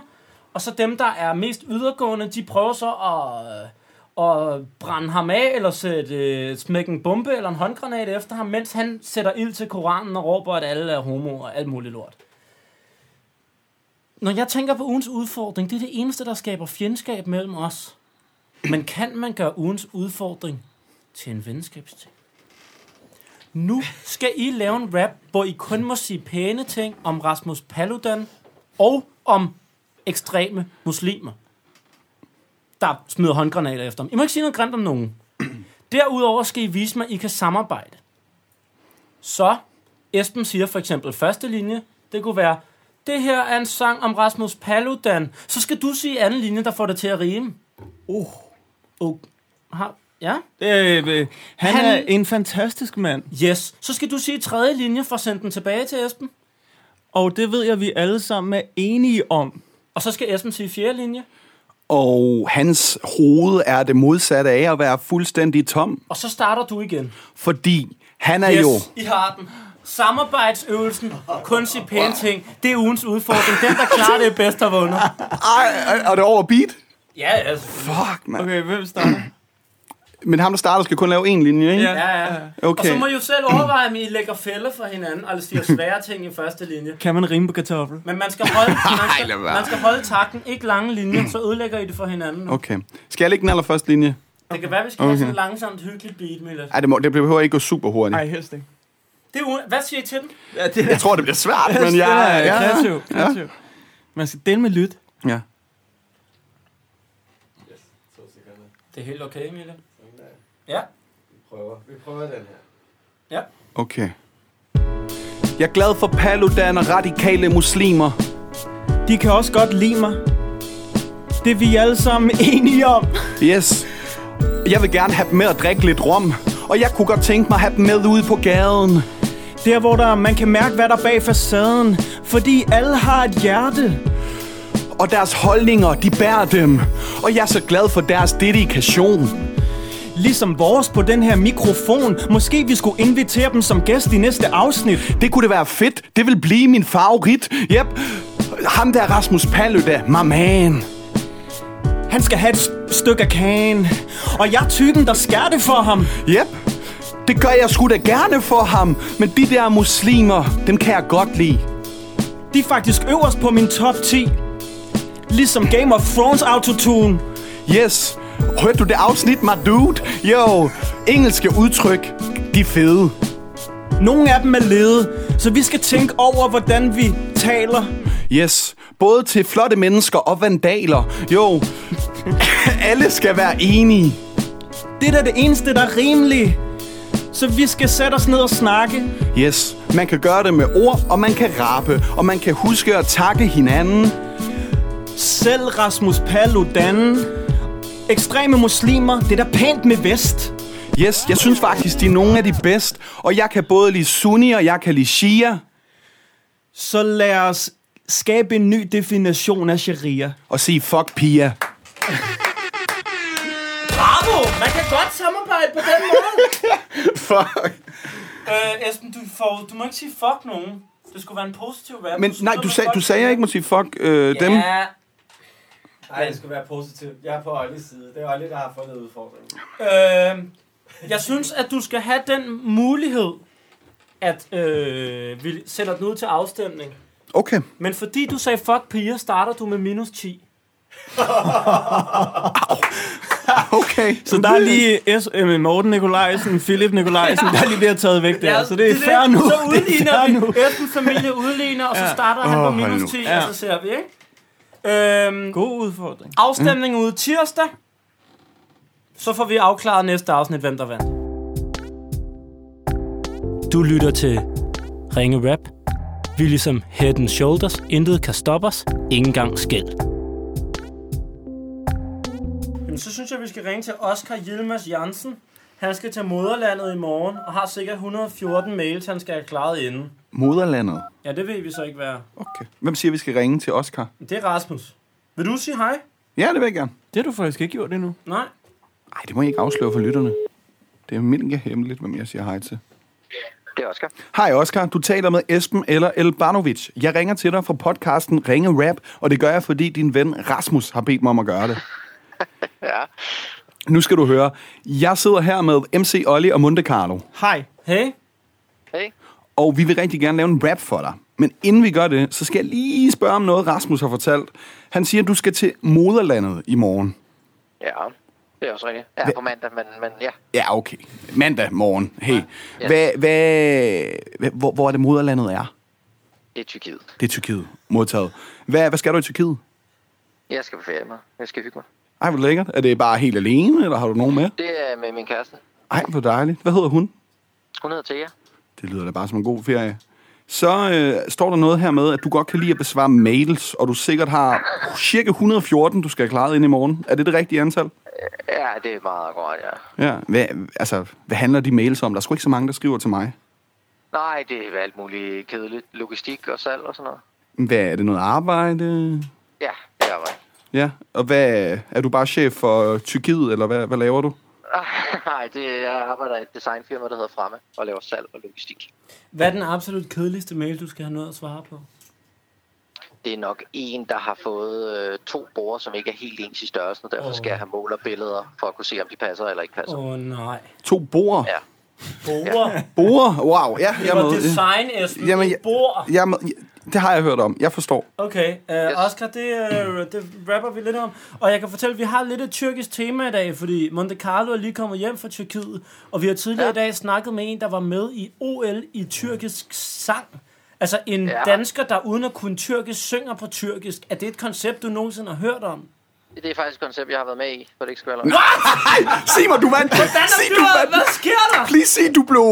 Og så dem, der er mest ydergående, de prøver så at, og brænde ham af, eller sætte, øh, smække en bombe eller en håndgranat efter ham, mens han sætter ild til Koranen og råber, at alle er homo og alt muligt lort. Når jeg tænker på ugens udfordring, det er det eneste, der skaber fjendskab mellem os. Men kan man gøre ugens udfordring til en venskabsting? Nu skal I lave en rap, hvor I kun må sige pæne ting om Rasmus Paludan og om ekstreme muslimer, der smider håndgranater efter dem. I må ikke sige noget grimt om nogen. Derudover skal I vise mig, at I kan samarbejde. Så Esben siger for eksempel første linje, det kunne være, det her er en sang om Rasmus Paludan. Så skal du sige anden linje, der får det til at rime. Oh. oh. Har, ja?
Øh, øh, han,
Han-
han er en fantastisk mand.
Yes. Så skal du sige tredje linje for at sende den tilbage til Esben.
Og det ved jeg, vi alle sammen er enige om.
Og så skal Esben sige fjerde linje.
Og hans hoved er det modsatte af at være fuldstændig tom,
Og så starter du igen.
fordi han er yes. jo...
I har den. Samarbejdsøvelsen, kun sige pæne ting. Det er ugens udfordring. Den, der klarer det, er bedst, der vundet.
Ej, er- er det over beat?
Ja, altså.
Fuck, man. Okay.
Okay, hvem starter?
Men ham, der starter, skal kun lave en linje, ikke?
Ja, ja. Og så
Okay.
må I jo selv overveje, om I lægger fælder for hinanden, eller siger svære ting i første linje.
Kan man rime på kartoffel?
Men man skal holde, man
Ej, lad
skal,
være.
man skal holde takten, ikke lange linjer, så ødelægger I det for hinanden.
Okay. Skal jeg lægge den allerførste linje?
Det kan være, vi skal have sådan
Okay.
et langsomt, hyggeligt beat, Mille.
Ej, det, må, det behøver ikke gå super hurtigt.
Nej, helst ikke.
Det er u- Hvad siger I til den?
Ja, det
Jeg tror, det bliver svært, men
Den er
jeg... Ja,
kreativ, kreativ. Man skal dele med lyt.
ja.
Det er helt okay, Mille. Ja.
Okay. Jeg er glad for Paludan og radikale muslimer.
De kan også godt lide mig. Det er vi alle sammen enige om.
Yes. Jeg vil gerne have dem med at drikke lidt rom. Og jeg kunne godt tænke mig at have dem med ude på gaden.
Der, hvor der, man kan mærke, hvad der er bag facaden. Fordi alle har et hjerte.
Og deres holdninger, de bærer dem. Og jeg er så glad for deres dedikation.
Ligesom vores på den her mikrofon. Måske vi skulle invitere dem som gæst i næste afsnit.
Det kunne det være fedt. Det vil blive min favorit. Yep. Ham der Rasmus Paludan, my man.
Han skal have et s- stykke af kagen. Og jeg er typen, der skærer det for ham.
Yep. Det gør jeg sgu da gerne for ham. Men de der muslimer, dem kan jeg godt lide.
De er faktisk øverst på min top 10. Ligesom Game of Thrones autotune.
Yes. Hørte du det afsnit, my dude? Jo, engelske udtryk, de er fede.
Nogle af dem er lede, så vi skal tænke over, hvordan vi taler.
Yes. Både til flotte mennesker og vandaler. Jo, alle skal være enige.
Det er da det eneste, der er rimeligt. Så vi skal sætte os ned og snakke.
Yes, man kan gøre det med ord, og man kan rappe, og man kan huske at takke hinanden.
Selv Rasmus Paludan. Ekstreme muslimer, det er da pænt med vest.
Yes, jeg synes faktisk, de er nogle af de bedste, og jeg kan både lide Sunni, og jeg kan lide Shia.
Så lad os skabe en ny definition af sharia.
Og sige fuck Pia.
Bravo! Man kan godt samarbejde på den måde.
Fuck.
øh, Esben, du, får, du må ikke sige fuck nogen. Det skulle være en positiv rap.
Men nej, du sagde, du sagde jeg ikke må sige fuck øh, dem.
Ja,
Nej, det skulle være positivt. Jeg er på Olles side. Det er Olle, der har fundet udfordringen.
Øh, jeg synes, at du skal have den mulighed, at øh, vi sætter den ud til afstemning.
Okay.
Men fordi du sagde fuck piger, starter du med minus 10.
Okay.
Så der er lige S- øh, Morten Nikolajsen, Philip Nikolajsen, der er lige bliver taget væk der. så det er fair nu.
Så
Det er
udligner
fair
vi.
nu.
Esben familie udligner, og så starter han på
Åh, hold nu.
minus 10,
Ja.
og så ser vi, ikke? Øh,
God udfordring.
afstemning ude tirsdag. Så får vi afklaret næste afsnit, hvem der vandt. Du lytter til Ringe Rap. Vi er ligesom Head and Shoulders. Intet kan stoppe os. Ingen gang skæld. Jamen, så synes jeg, vi skal ringe til Oscar Hjelmers Jansen. Han skal til moderlandet i morgen, og har sikkert 114 mails, han skal have klaret inden.
Moderlandet.
Ja, det ved vi så ikke, hvad er.
Okay. Hvem siger, vi skal ringe til Oscar?
Det er Rasmus. Vil du sige hej?
Ja, det vil jeg gerne.
Det har du faktisk ikke gjort endnu.
Nej.
Nej, det må jeg ikke afsløre for lytterne. Det er mega hemmeligt, hvem jeg siger hej til.
Det er Oscar.
Hej Oscar, du taler med Esben eller Elbanovic. Jeg ringer til dig fra podcasten Ringe Rap, og det gør jeg, fordi din ven Rasmus har bedt mig om at gøre det.
Ja.
Nu skal du høre. Jeg sidder her med MC Olli og Monte Carlo.
Hej.
Hey.
Hey.
Og vi vil rigtig gerne lave en rap for dig. Men inden vi gør det, så skal jeg lige spørge om noget, Rasmus har fortalt. Han siger, at du skal til moderlandet i morgen.
Ja, det er også rigtigt. Jeg er
Hva-
på mandag, men, men ja.
Ja, okay. Mandag morgen. Hey.
Ja.
Hvad, hvad, hvad, hvor, hvor er det moderlandet er?
Det er Tyrkiet.
Det er Tyrkiet. Modtaget. Hvad, hvad skal du i Tyrkiet?
Jeg skal på ferie med. Jeg skal hygge mig.
Ej, hvor lækkert. Er det bare helt alene, eller har du nogen med?
Det er med min kæreste.
Ej, hvor dejligt. Hvad hedder hun?
Hun hedder Thea.
Det lyder da bare som en god ferie. Så øh, står der noget her med, at du godt kan lide at besvare mails, og du sikkert har cirka 114, du skal have klaret ind i morgen. Er det det rigtige antal?
Ja, det er meget godt, ja.
Ja. Hvad, altså, hvad handler de mails om? Der er sgu ikke så mange, der skriver til mig.
Nej, det er alt muligt kedeligt. Logistik og salg og sådan noget.
Hvad er det noget arbejde?
Ja, det er arbejde.
Ja, og hvad, er du bare chef for Tyrkiet, eller hvad, hvad laver du?
Nej, det jeg arbejder i et designfirma, der hedder Fremme, og laver salg og logistik.
Hvad er den absolut kedeligste mail, du skal have noget at svare på?
Det er nok en, der har fået øh, to borer, som ikke er helt ens i størrelsen, og derfor
Åh.
skal jeg have måler billeder for at kunne se, om de passer eller ikke passer.
Åh oh, nej.
To borer?
Ja.
Borer?
Borer? Wow, ja.
Det
jeg
var
er med.
design, Esben.
Jamen,
Det er bord.
Jeg, er med. det har jeg hørt om. Jeg forstår.
Okay, øh, Oscar, det, øh, det rapper vi lidt om. Og jeg kan fortælle, at vi har lidt et tyrkisk tema i dag, fordi Monte Carlo er lige kommet hjem fra Tyrkiet, og vi har tidligere ja. i dag snakket med en, der var med i OL i tyrkisk sang. Altså en ja. dansker, der uden at kunne tyrkisk, synger på tyrkisk. Er det et koncept, du nogensinde har hørt om?
Det er faktisk et koncept, jeg har været med i, for det ikke skal være løgn.
Nej! Sig mig, du vandt!
Hvordan er
Sig,
det?
du vandt!
Hvad sker der?
Please sig, du blev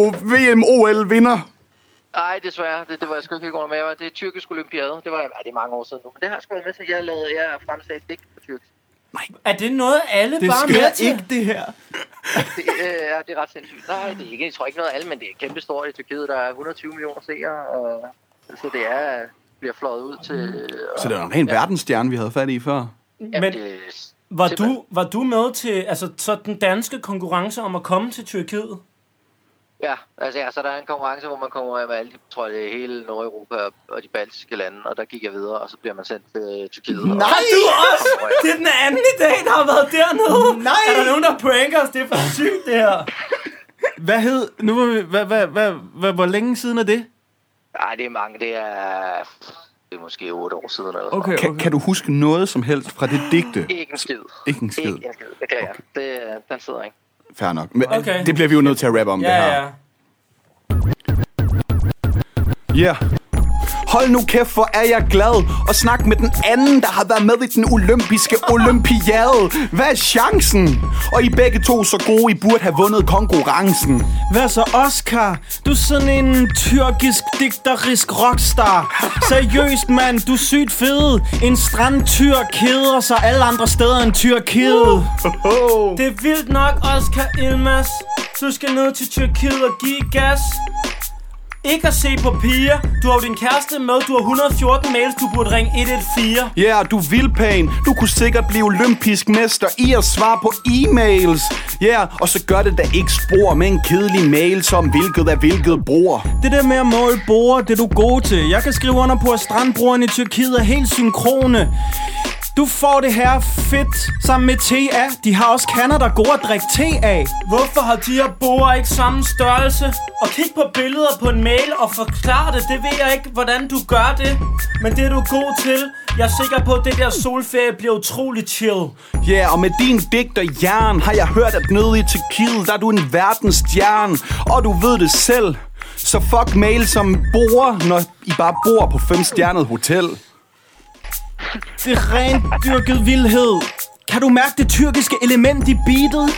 VM-OL-vinder.
Nej, desværre. Det, det var jeg sgu ikke helt godt med. Jeg var- Det er tyrkisk olympiade. Det var jeg, ja, det er mange år siden nu. Men det har jeg sgu været med til. Jeg lavede, jeg fremsagde et digt på tyrkisk.
Er det noget, alle
Det
bare er
sker
med til?
ikke,
det her.
Det, øh, ja, det er ret sindssygt. Nej, det er ikke, jeg tror ikke noget af alle, men det er kæmpe stort i Tyrkiet. Der er 120 millioner seere, og så det er, bliver fløjet ud til... Og,
Så det var en ren ja. verdensstjerne, vi havde fat i før.
Men
øh,
var du, var du med til altså, så den danske konkurrence om at komme til Tyrkiet?
Ja, altså ja, så der er en konkurrence, hvor man kommer med alle de, tror jeg, det er hele Nordeuropa og- og de baltiske lande, og der gik jeg videre, og så bliver man sendt til øh, Tyrkiet. og-
Har du også? Det er den anden i dag, der har været dernede. Nej. Er der nogen, der pranker os? Det er for sygt, det her.
Hvad hed... Nu var vi, hvad, hvad, hvad, hvad, hvor længe siden er det?
Nej, det er mange. Det er, det er måske 8 år siden. Eller sådan
Okay,
noget.
okay. Kan, kan du huske noget som helst fra det digte?
Ikke en skid.
Ikke en skid.
Ikke en skid. Det kan jeg. Det, øh, den sidder ikke.
Fair nok. Men
Okay.
okay. det bliver vi jo nødt til at rappe om, det her. Ja. Yeah. Hold nu kæft, hvor er jeg glad Og snak med den anden, der har været med i den olympiske olympiade Hvad er chancen? Og I begge to så gode, I burde have vundet konkurrencen
Hvad så, Oscar? Du er sådan en tyrkisk, digterisk rockstar. Seriøst, mand, du er sygt fed. En strandtyr keder sig alle andre steder end Tyrkiet.
Uh,
det er vildt nok, Oscar Ilmas. Du skal ned til Tyrkiet og give gas. Ikke at se på piger. Du har jo din kæreste med. Du har 114 mails. Du burde ringe 114.
Ja, yeah, du vil pæn Du kunne sikkert blive olympisk mester i at svare på e-mails Ja, yeah, og så gør det da ikke spor med en kedelig mail som hvilket er hvilket bruger
Det der med at måle borer, det er du god til. Jeg kan skrive under på, at strandbrugerne i Tyrkiet er helt synkrone. Du får det her fedt sammen med tea. De har også kanner, der er gode at drikke te af.
Hvorfor har de her borer ikke samme størrelse? Og kig på billeder på en mail og forklar det. Det ved jeg ikke, hvordan du gør det. Men det er du god til. Jeg er sikker på, at det der solferie bliver utrolig chill.
Ja, yeah, og med din digterjern har jeg hørt, at nede i Tyrkiet, der er du en verdensstjerne. Og du ved det selv. Så fuck mail som bor, når I bare bor på femstjernet hotel. Eh,
Det er rent dyrket vildhed. Kan du mærke det tyrkiske element i beatet?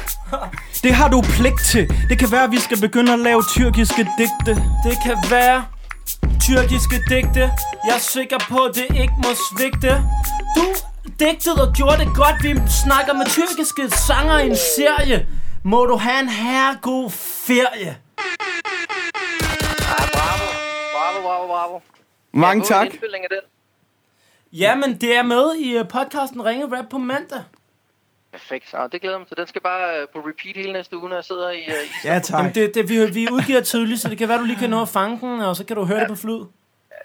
Det har du pligt til. Det kan være, at vi skal begynde at lave tyrkiske digte.
Det kan være tyrkiske digte. Jeg er sikker på, at det ikke må svigte. Du digtede og gjorde det godt. Vi snakker med tyrkiske sanger i en serie. Må du have en herregod ferie.
Bravo, bravo, bravo.
Mange tak.
Indspilling af den.
Jamen, det er med i øh, podcasten Ringe Rap på mandag.
Perfekt. Ah, det glæder jeg mig til. Den skal bare øh, på repeat hele næste uge, når jeg sidder i... øh, i
Ja, tak.
Jamen, det, det, vi, vi udgiver tidligt, så det kan være, du lige kan nå at fange den, og så kan du høre det på flyd.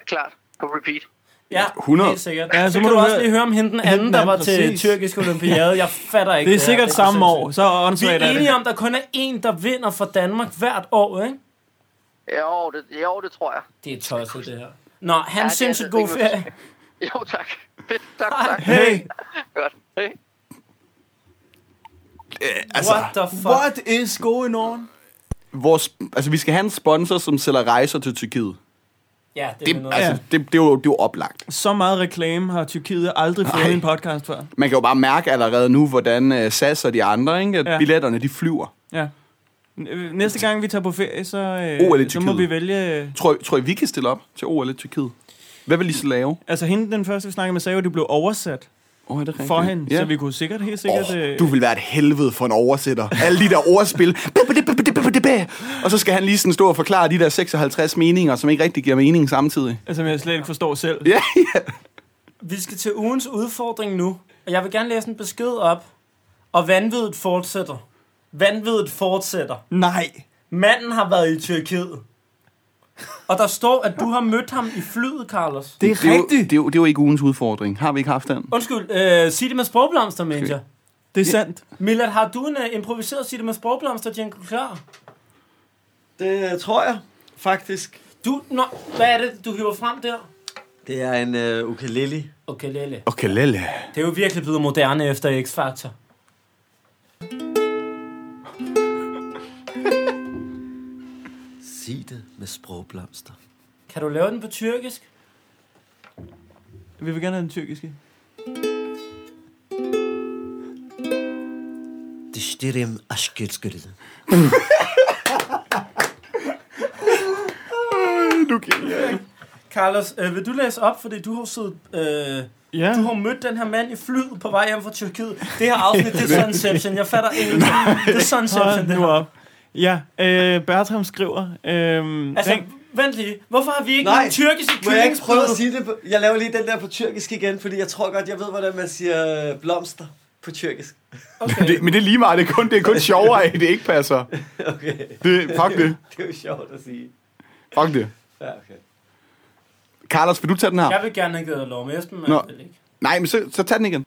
klart. På repeat.
Ja,
100.
helt sikkert.
Ja,
Ja,
så
så, så kan
må du
du
høre-
også lige høre om hende den
Hende
anden,
den
der
anden,
var til
præcis.
tyrkisk olympiade. Jeg fatter ikke
Det er
her.
sikkert
så
samme år,
sindssygt.
så
Vi
åndssvagt er
er
det.
enige om, der kun er én, der vinder for Danmark hvert år, ikke?
Jo, det, jo, det tror jeg.
Det er tosset, det her. Nå, han
det
ja,
er
sindssygt
altså-
god
det er-
ferie.
Jo, tak. Fedt, tak, tak.
Hey.
Godt. Hey.
altså,
What the fuck? What is going on?
Vores, altså, vi skal have en sponsor, som sælger rejser til Tyrkiet.
Ja,
Det, altså, det, det, er jo, det er jo oplagt.
Så meget reklame har Tyrkiet aldrig fået
Nej.
i en podcast før.
Man kan jo bare mærke allerede nu, hvordan øh, SAS og de andre, ikke? at
Ja.
ja. billetterne de flyver.
Ja. N- øh, Næste gang vi tager på ferie, så,
OL i
øh, så må
Tyrkiet.
vi vælge...
Tror, I- tror I, vi kan stille op til OL i Tyrkiet? Hvad vil I så lave?
Altså hende, den første vi snakkede med, sagde jo, at det blev oversat
Oh, er det rigtigt?
for hende,
Ja.
så vi kunne sikkert helt sikkert... øh,
Oh, du vil være et helvede for en oversætter. Alle de der ordspil. Og så skal han lige sådan stå og forklare de der 56 meninger, som ikke rigtig giver mening samtidig.
Altså, jeg slet ikke forstår selv.
Ja, ja.
Vi skal til ugens udfordring nu, og jeg vil gerne læse en besked op. Og vanviddet fortsætter. Vanviddet fortsætter.
Nej.
Manden har været i Tyrkiet. Og der står, at du har mødt ham i flyet, Carlos.
Jo, det, er jo, det er jo ikke ugens udfordring. Har vi ikke haft den?
Undskyld, øh, sig det med sprogblomster, mener
Okay.
jeg.
Det er sandt.
Milad, har du en uh, improviseret sig det med sprogblomster, Jingle Klar?
Det tror jeg, faktisk.
Du, nå, hvad er det, du hiver frem der?
Det er en øh, ukulele.
Ukulele.
Okay, lille.
Det er jo virkelig blevet moderne efter X-Factor.
Sig det med sprogblomster.
Kan du lave den på tyrkisk?
Vi vil gerne have den tyrkiske.
Det styrer asketskridt.
Du kan ja.
Carlos, øh, vil du læse op, fordi du har siddet... Øh,
Ja.
Du har mødt den her mand i flyet på vej hjem fra Tyrkiet. Det her afsnit, det er Sunception. Jeg fatter ingenting. Det er Sunception,
Hold
det
nu
her.
op. Ja, øh, Bertram skriver... Øh,
Altså,
ring-
vent lige. Hvorfor har vi ikke
Nej,
nogen tyrkiske
må jeg ikke prøve at
kyllingespyd?
sige det? På, jeg laver lige den der på tyrkisk igen, fordi jeg tror godt, jeg ved, hvordan man siger øh, blomster på tyrkisk.
det, men det er lige meget. Det er kun, det er kun sjovere, at det ikke passer.
Okay.
Det, fuck det.
det er jo sjovt at sige.
Fuck det.
Ja, okay.
Carlos, vil du tage den her?
Jeg vil gerne have givet lov med Esben, men
Nå.
jeg vil ikke.
Nej, men så, så tag den igen.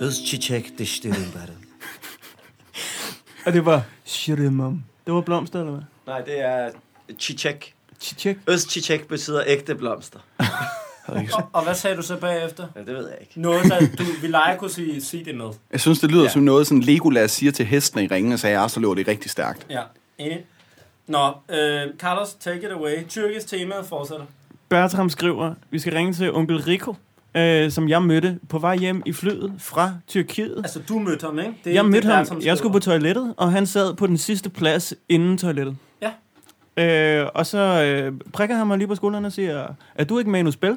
Öz çiçek dişlerim benim.
Og det var... Shirimam. Det var blomster, eller hvad?
Nej, det er øh, çiçek.
Çiçek?
Öz çiçek betyder ægte blomster.
Og, og hvad sagde du så bagefter?
Ja, det ved jeg ikke.
Noget, der du ville lege kunne sige, sige det med.
Jeg synes, det lyder ja. som noget, sådan Legolas siger til hestene i ringen, og sagde, ja, så løber det rigtig stærkt.
Ja, enig. Nå, øh, Carlos, take it away. Tyrkisk tema fortsætter.
Bertram skriver, vi skal ringe til onkel Rico, øh, som jeg mødte på vej hjem i flyet fra Tyrkiet.
Altså, du mødte ham, ikke? Det er
Jeg mødte
der,
ham,
som skriver.
jeg skulle på toilettet, og han sad på den sidste plads inden toilettet.
Ja.
Øh, og så øh, prikker han mig lige på skulderen og siger, er du ikke Manus Bell?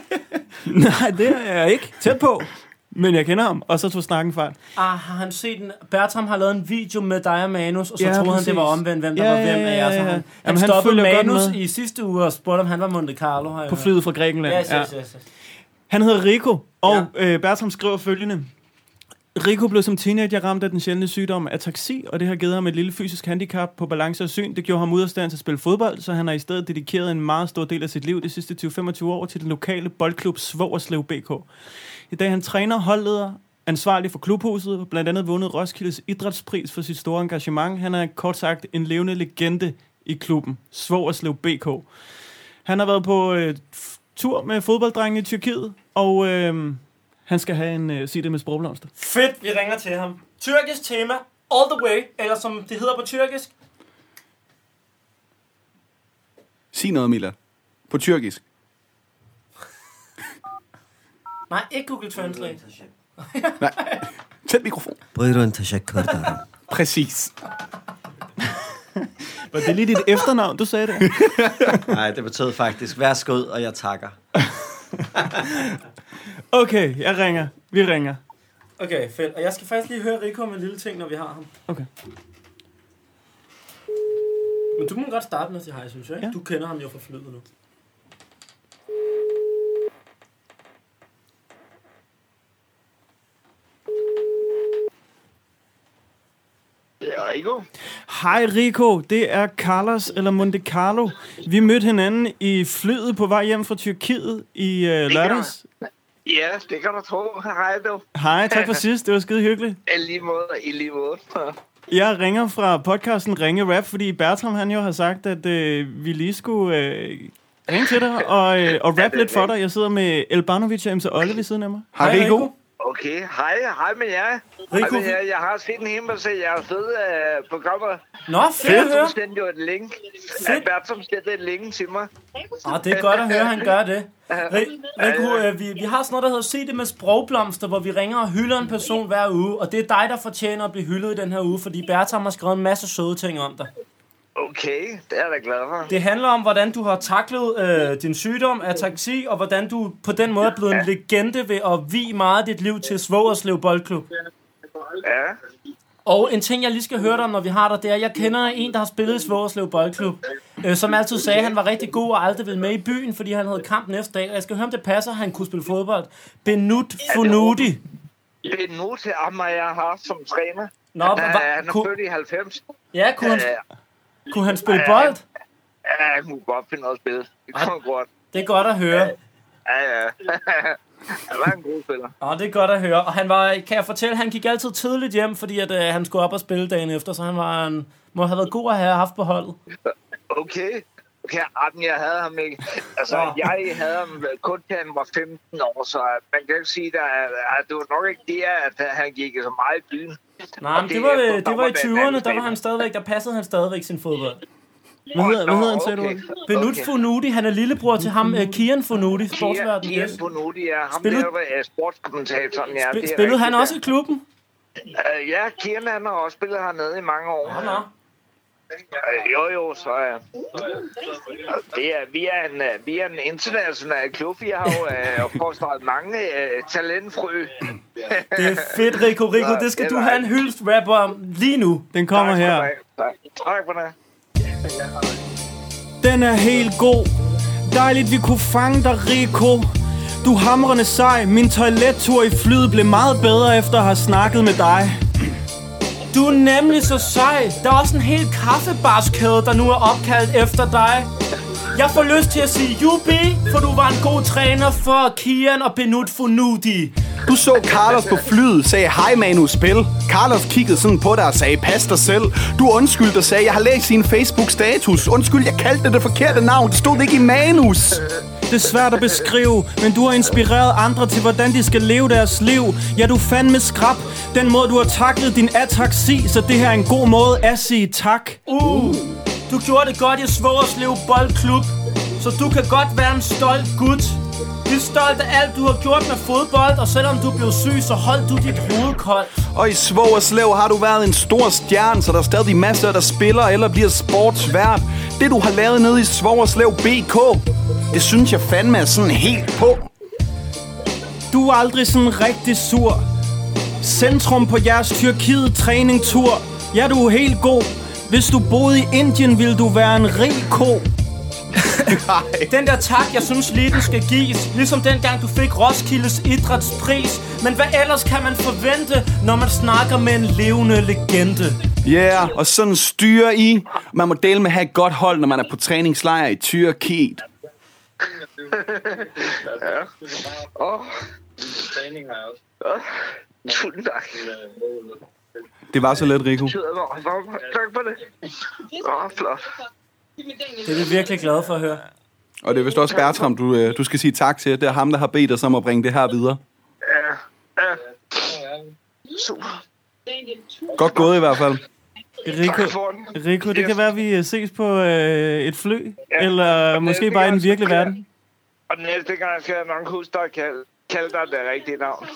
Nej, det er jeg ikke. Tæt på. Men jeg kender ham, og så tog snakken fart.
Ah, har han set den? Bertram har lavet en video med dig og Manus, og så
Ja,
ja, troede han,
præcis.
det var omvendt, hvem der
Ja,
var
ja,
hvem af jer.
ja,
Så
ja.
han, han,
Jamen, han
stoppede
følger godt
Manus
med.
i sidste uge og spurgte, om han var Monte Carlo. Har jeg
På
hørt.
flyet fra Grækenland.
Ja, yes, yes, yes, yes.
Han hedder Rico, og ja. øh, Bertram skriver følgende. Rico blev som teenager ramt af den sjældne sygdom ataxi, og det har givet ham et lille fysisk handicap på balance og syn. Det gjorde ham ud af stand til at spille fodbold, så han har i stedet dedikeret en meget stor del af sit liv de sidste 20-25 år til den lokale boldklub Svogerslev BK. I dag er han træner, holdleder, ansvarlig for klubhuset, og blandt andet vundet Roskildes idrætspris for sit store engagement. Han er kort sagt en levende legende i klubben, Svogerslev BK. Han har været på øh, f- tur med fodbolddrengene i Tyrkiet, og øh, han skal have en øh, sig det med sprogblomster.
Fedt, vi ringer til ham. Tyrkisk tema, all the way, eller som det hedder på tyrkisk.
Sig noget, Mila. På tyrkisk.
Nej, ikke Google Translate.
Tænd mikrofon.
Buyurun teşekkür ederim.
Præcis.
Var det lige dit efternavn, du sagde det?
Nej, det betød faktisk, vær skød, og jeg takker.
Okay, jeg ringer. Vi ringer.
Okay, fedt. Og jeg skal faktisk lige høre Rico om en lille ting, når vi har ham.
Okay.
Men du må godt starte med at sige hej, synes jeg. Ikke?
Ja.
Ja. Du kender ham jo fra flyet nu.
Ja,
Rico.
Hej Rico, det er Carlos eller Monte Carlo. Vi mødte hinanden i flyet på vej hjem fra Tyrkiet i øh, lørdags.
Ja, det kan du tro. Hej du.
Hej, tak for sidst. Det var skide hyggeligt.
I lige måde, i lige måde.
Jeg ringer fra podcasten Ringe Rap, fordi Bertram han jo har sagt, at øh, vi lige skulle øh, ringe til dig og, øh, og rap lidt for dig. Jeg sidder med Elbanovic og MC Olle ved siden af mig.
Hej, Rico. Okay, hej, hej med jer. Hej med jer. Jeg har set en hel masse, jeg har stået øh, på kommer.
Nå, fedt at høre.
Bertram sendte jo et link.
Fedt.
Fedt. Bertram sendte et link til mig.
Ah, det er godt at høre, han gør det. Ri- Rico, øh, vi, vi har sådan noget, der hedder Se det med sprogblomster, hvor vi ringer og hylder en person hver uge. Og det er dig, der fortjener at blive hyldet i den her uge, fordi Bertram har skrevet en masse søde ting om dig.
Okay, det er jeg da glad for.
Det handler om, hvordan du har taklet øh, din sygdom, ataksi, og hvordan du på den måde er blevet en legende ved at vi meget af dit liv til Svogerslev Boldklub.
Ja.
Og en ting, jeg lige skal høre dig om, når vi har dig, det er, jeg kender en, der har spillet i Svogerslev Boldklub, øh, som altid sagde, at han var rigtig god og aldrig ville med i byen, fordi han havde kamp næste dag. Og jeg skal høre, om det passer, at han kunne spille fodbold. Benut Funudi.
Det er nu til Amager har som træner.
Nå,
han,
hva-
er,
hva-
han er
kunne-
født i 90.
Ja, kunne han,
Øh,
kunne han spille
Ja,
bold? Ah,
Ja, jeg kunne godt finde noget at spille. Det kunne godt.
Det er godt at høre.
Ja, ja. Han var en god spiller.
Og det er godt at høre. Og han var, kan jeg fortælle, han gik altid tidligt hjem, fordi at, øh, han skulle op og spille dagen efter, så han var en, må have været god at have haft på holdet.
Okay. Okay, Arden, jeg havde ham ikke. Altså,
Nå.
jeg havde ham kun til han var 15 år, så man kan ikke sige, at, at det var nok ikke det, at han gik så meget i byen.
Nej,
Og
men det var,
efter,
øh, det var i
den
20'erne, der var
anden
han stadigvæk, der passede han stadigvæk sin fodbold.
Hvad hedder, hvad hedder han, sagde du?
Benut
Okay.
Funudi, han er lillebror til ham, øh, Kian Funudi,
Kian,
sportsverden.
Kian Bonudi er ham,
Spillede-
der var øh, sportskommentatoren. Ja, det
Sp-
er
spillede han
rigtigt,
også i klubben?
ja. Øh, ja, Kian han har også spillet hernede i mange år.
Ja, nå.
Øh, Jo, jo, så er det er, vi, er en, øh, vi er en international klub. Vi har jo øh, forstået mange øh, talentfrø.
Det er fedt, Rico. Rico, det skal du have en hyldst rap om lige nu.
Den kommer her.
Tak for det.
Den er helt god Dejligt vi kunne fange dig Rico Du er hamrende sej Min toilettur i flyet blev meget bedre efter at have snakket med dig
Du er nemlig så sej. Der er også en hel kaffebarskæde, der nu er opkaldt efter dig. Jeg får lyst til at sige jubi, for du var en god træner for Kian og Benut Funudi.
Du så Carlos på flyet, sagde, hej Manu, spil. Carlos kiggede sådan på dig og sagde, pas dig selv. Du undskyldte og sagde, jeg har læst din Facebook-status. Undskyld, jeg kaldte dig det forkerte navn. Det stod ikke i manus.
Det er svært at beskrive Men du har inspireret andre til hvordan de skal leve deres liv Ja du er fandme skrab Den måde du har taklet din ataksi Så det her er en god måde at sige tak
Uh, du gjorde det godt i Svogerslev Boldklub, så du kan godt være en stolt gut. Vi er stolt af alt, du har gjort med fodbold, og selvom du blev syg, så holdt du dit hoved koldt.
Og i Svogerslev har du været en stor stjerne, så der er stadig masser, der spiller eller bliver sportsvært. Det, du har lavet nede i Svogerslev BK, det synes jeg fandme er sådan helt på.
Du er aldrig sådan rigtig sur. Centrum på jeres Tyrkiet træningtur. Ja, du er helt god. Hvis du boede i Indien, ville du være en rig ko.
Den der tak, jeg synes lige, den skal gives. Ligesom dengang du fik Roskildes idrætspris. Men hvad ellers kan man forvente, når man snakker med en levende legende?
Ja, yeah, og sådan styrer I. Man må dele med at have et godt hold, når man er på træningslejr i Tyrkiet.
ja. Åh. Åh, Tusind tak.
Det var så let, Rico.
Betyder meget for mig. Tak for det. Åh, flot.
Det er vi virkelig glade for at høre.
Og det er vist også Bertram, du, øh, du skal sige tak til. Det er ham, der har bedt os om at bringe det her videre.
Ja, ja. Super.
Godt gået i hvert fald.
Rico, Rico det kan være, at vi øh, ses på øh, et fly. Eller måske
det
bare i
kan
den virkelige
jeg-
verden.
Og næste gang skal jeg nok huske dig at kalde, kalde dig det rigtige navn.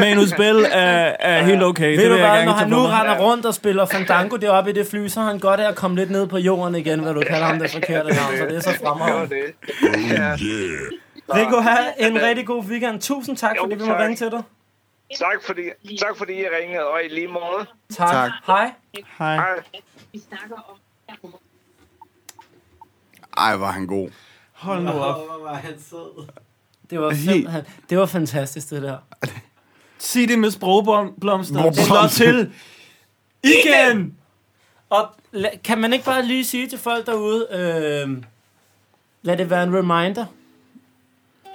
Manus Bell er, er helt okay.
Ved
det
du
vil jeg
hvad,
gerne
når
tage
han nu
på mig.
render rundt og spiller Fandango deroppe i det fly, så har han godt af at komme lidt ned på jorden igen, hvad du kalder ham det forkerte navn, så det er så fremragende.
Oh,
Rico, have en rigtig god weekend. Tusind tak, fordi vi må
tak.
ringe til dig.
Tak fordi, tak fordi I ringede, og i lige måde.
Tak. Tak. Hej.
Hej.
Ej, var han god.
Hold nu op.
Hvor var han sød.
Det var, simpelthen, det var fantastisk, det der.
Sig det med sprogblomster.
Sprogblomster.
Slå til.
Igen! Og la- kan man ikke bare lige sige til folk derude, øh, lad det være en reminder.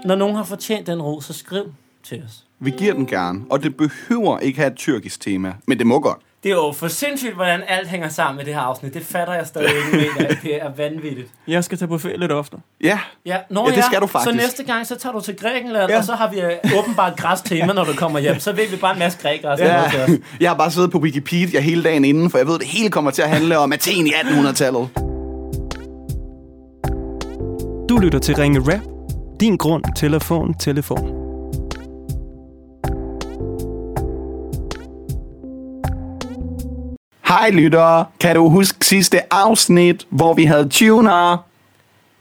Når nogen har fortjent den ro, så skriv til os.
Vi giver den gerne, og det behøver ikke have et tyrkisk tema, men det må godt.
Det er jo for sindssygt, hvordan alt hænger sammen med det her afsnit. Det fatter jeg stadig ikke med, at det er vanvittigt.
Jeg skal tage på ferie lidt oftere.
Ja.
Ja, nå
Ja, det skal du faktisk.
Så næste gang, så tager du til Grækenland,
Ja.
ja. og så har vi øh, åbenbart græs tema, når du kommer hjem. Så ved vi bare en masse grækgræs. Ja.
Ja. Jeg har bare siddet på Wikipedia hele dagen inden, for jeg ved, at det hele kommer til at handle om Athen i 1800-tallet.
Du lytter til Ringe Rap. Din grund, telefon, telefon.
Hej lyttere, kan du huske sidste afsnit, hvor vi havde tuner?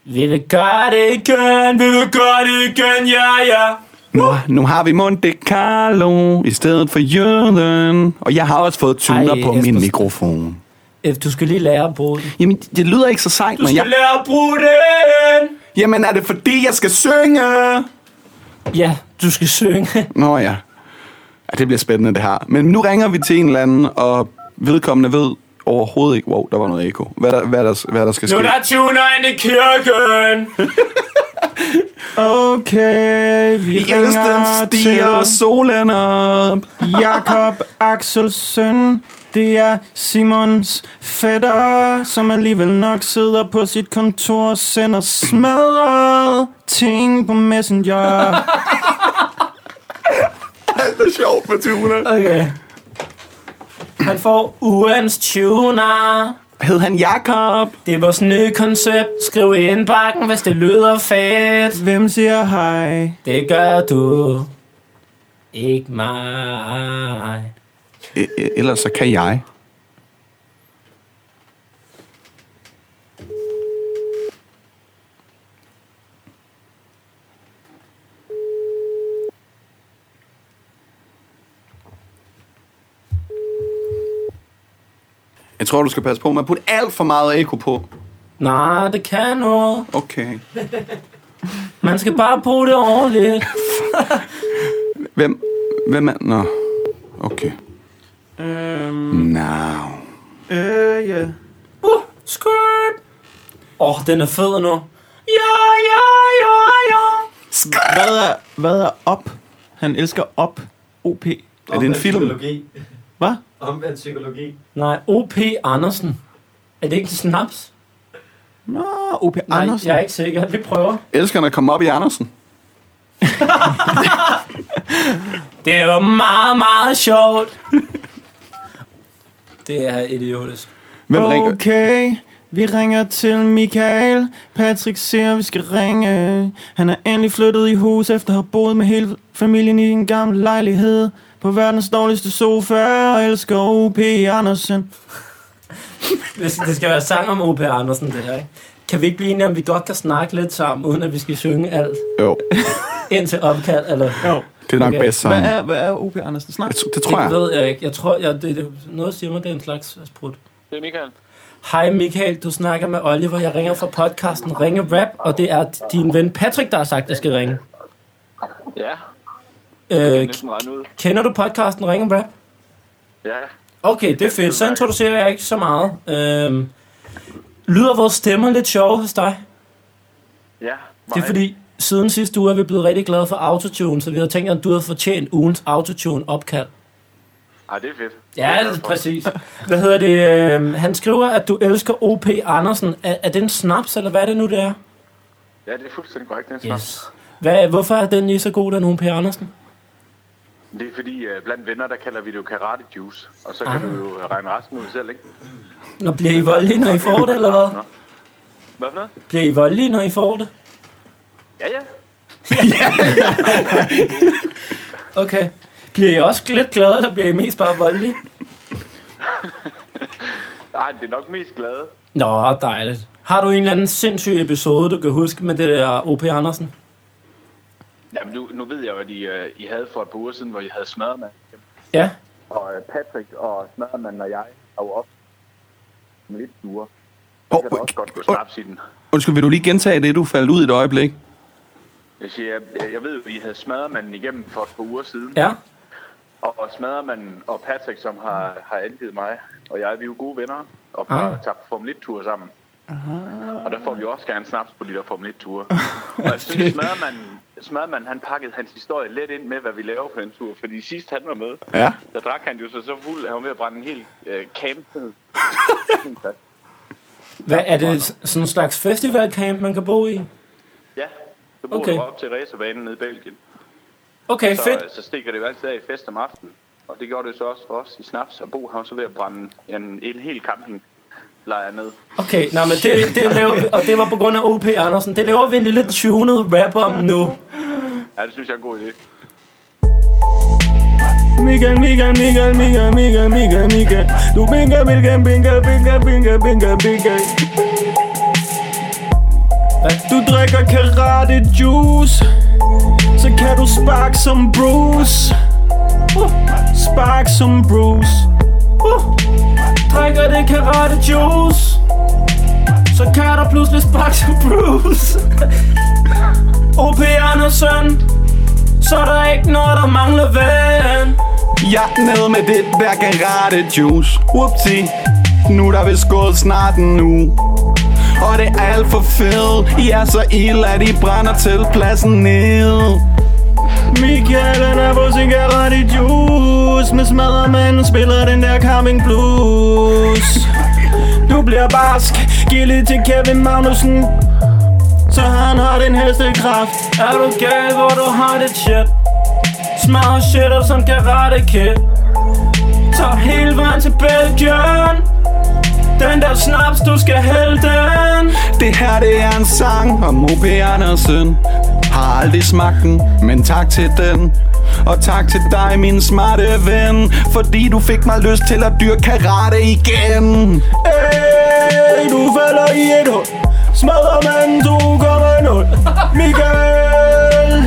Vi vil gøre det igen, vi vil gøre det igen, ja, ja.
Nu, nu har vi Monte Carlo i stedet for Jørgen, og jeg har også fået tuner
Ej,
på min
Esben.
mikrofon.
Øh, Du skal lige lære at bruge den.
Jamen, det lyder ikke så sejt,
Du
men
skal
jeg...
lære at bruge den!
Jamen, er det fordi, jeg skal synge?
Ja, du skal synge.
Nå ja. ja. det bliver spændende det her. Men nu ringer vi til en eller anden, og vedkommende ved overhovedet ikke... Wow, der var noget eko. Hvad der, hvad der, hvad der skal ske?
Nu er der tuner ind i kirken!
Okay, vi
I
ringer
Østen stiger
til
solen op.
Jakob Axelsen. Det er Simons fætter, som alligevel nok sidder på sit kontor og sender smadret ting på Messenger.
det er sjovt med tuner.
Okay. Han får ugens tuner.
Hed han Jakob?
Det er vores nye koncept. Skriv i indbakken, hvis det lyder fedt.
Hvem siger hej?
Det gør du. Ikke mig.
E- e- ellers så kan jeg. Jeg tror, du skal passe på med at putte alt for meget eko på.
Nej, Ah, det kan noget.
Okay.
Man skal bare bruge det ordentligt.
Hvem, hvem er... Nå. Okay.
Øhm,
Now.
øh, ja.
Uh, skirt. Åh, oh, den er fed nu. Ja, ja, ja, ja.
Hvad er, hvad er op? Han elsker op. OP.
Er det en film?
Hvad?
Omvendt psykologi.
Nej, O.P. Andersen. Er det ikke en snaps?
Nå, O.P.
Nej,
Andersen.
jeg er ikke sikker. Vi prøver.
Elskerne at komme op i Andersen.
Det var meget, meget sjovt. det er idiotisk.
Hvem ringer?
Okay, vi ringer til Michael. Patrick siger, vi skal ringe. Han er endelig flyttet i hus, efter at have boet med hele familien i en gammel lejlighed. På verdens dårligste sofa, og elsker O.P. Andersen.
Det, det skal være sang om O.P. Andersen, det her, ikke? Kan vi ikke blive enige om, vi godt kan snakke lidt sammen, uden at vi skal synge alt?
Jo.
Indtil opkald, eller?
Jo.
Det er nok bedst sammen. Hvad
er, hvad er O.P. Andersen snart?
Det, det tror jeg.
Det ved jeg ikke. Jeg tror, jeg, det, det, noget siger mig, det er en slags sprut.
Det er Michael.
Hej Michael, du snakker med Oliver. Jeg ringer fra podcasten Ringe Rap, og det er din ven Patrick, der har sagt, at jeg skal ringe.
Ja, det er
Øh,
næsten regne ud.
kender du podcasten Ringe Rap?
Ja,
Okay, det er fedt. Så introducerer jeg ikke så meget. Øhm, lyder vores stemmer lidt sjove hos dig?
ja.
Det er fordi, siden sidste uge er vi blevet rigtig glade for autotune, så vi havde tænkt, at du havde fortjent ugens autotune-opkald.
Ej, Ah, det er fedt.
Ja, det er præcis. Hvad hedder det? øhm, Han skriver, at du elsker O.P. Andersen. Er, er det en snaps, eller hvad er det nu, det er?
Ja, det er fuldstændig korrekt, den yes.
Hvad, hvorfor er den lige så god, den O.P. Andersen?
Det er fordi, uh, blandt venner, der kalder vi det jo karate juice. Og så kan
Ah.
du jo øh, regne resten ud selv, ikke?
Nå, bliver I voldelige, når I får det, eller hvad?
Hvad for noget?
Bliver I voldelige, når I får det?
Ja, ja.
Okay. Bliver I også lidt glade, eller bliver I mest bare voldelige?
Ej, det er nok mest glade.
Nå, dejligt. Har du en eller anden sindssyg episode, du kan huske med det der O.P. Andersen?
Jamen, nu, nu ved jeg jo, at I, uh, I havde for et par uger siden, hvor I havde smørmand.
Ja.
Og uh, Patrick og smørmanden og jeg er jo op med lidt duer.
Hov,
Jeg kan da også godt gå snaps i den.
Undskyld, vil du lige gentage det, du faldt ud i et øjeblik?
Jeg siger, jeg, jeg ved jo, at I havde smadret manden igennem for et par uger siden.
Ja.
Og, og Smadermanden og Patrick, som har, har angivet mig, og jeg, vi er jo gode venner, og har
Ah.
taget på Formel 1-ture sammen. Og der får vi også gerne snaps på de der Formel 1-ture. og jeg synes, Smadermanden, Smadermanden, han pakkede hans historie lidt ind med, hvad vi laver på den tur. Fordi sidst han var med,
Ja.
der drak han jo så, så fuld, at han var ved at brænde en hel øh, camp ned.
Hvad, er det s- sådan en slags festivalcamp, man kan bo i?
ja, så bor
Okay.
okay. du op til racerbanen nede i Belgien.
Okay,
så, øh,
fedt.
Så stikker det jo altid af i fest om aftenen. Og det gjorde det så også for os i Snaps, og Bo han var så ved at brænde en, en hel camping lejr ned.
Okay, nej, men det, det laver, vi- og det var på grund af O.P. Andersen. Det laver vi en lille 200 rap om nu.
Ja, det synes jeg er en god idé.
Miguel, Miguel, Miguel, Miguel, Miguel, Miguel, Miguel. Du binker, binker, binker, binker, binker, binker, binker. Du drikker karate juice, så kan du spark som Bruce. Uh, Spark som Bruce. Uh,
Drikker det karate juice, så kan der pludselig spark som Bruce. O.P. Andersen, så er der ikke noget, der mangler vand.
Jeg er nede med det der karate juice Whoopsie Nu er der vist gået snart en uge Og det er alt for fedt I er så ild, at I brænder til pladsen ned
Michael han er på sin karate juice Med smaddermanden spiller den der coming blues Du bliver barsk, giv lidt til Kevin Magnussen Så han har den helste kraft
Er du gal, hvor du har det shit? Smager shitter som karate kid Tager hele vejen til Belgien Den der snaps, du skal hælde den
Det her det er en sang om O.P. Andersen Har aldrig smagt den, men tak til den og tak til dig, min smarte ven Fordi du fik mig lyst til at dyrke karate igen
Hey, du falder i et hul Smaddermanden 2,0 Michael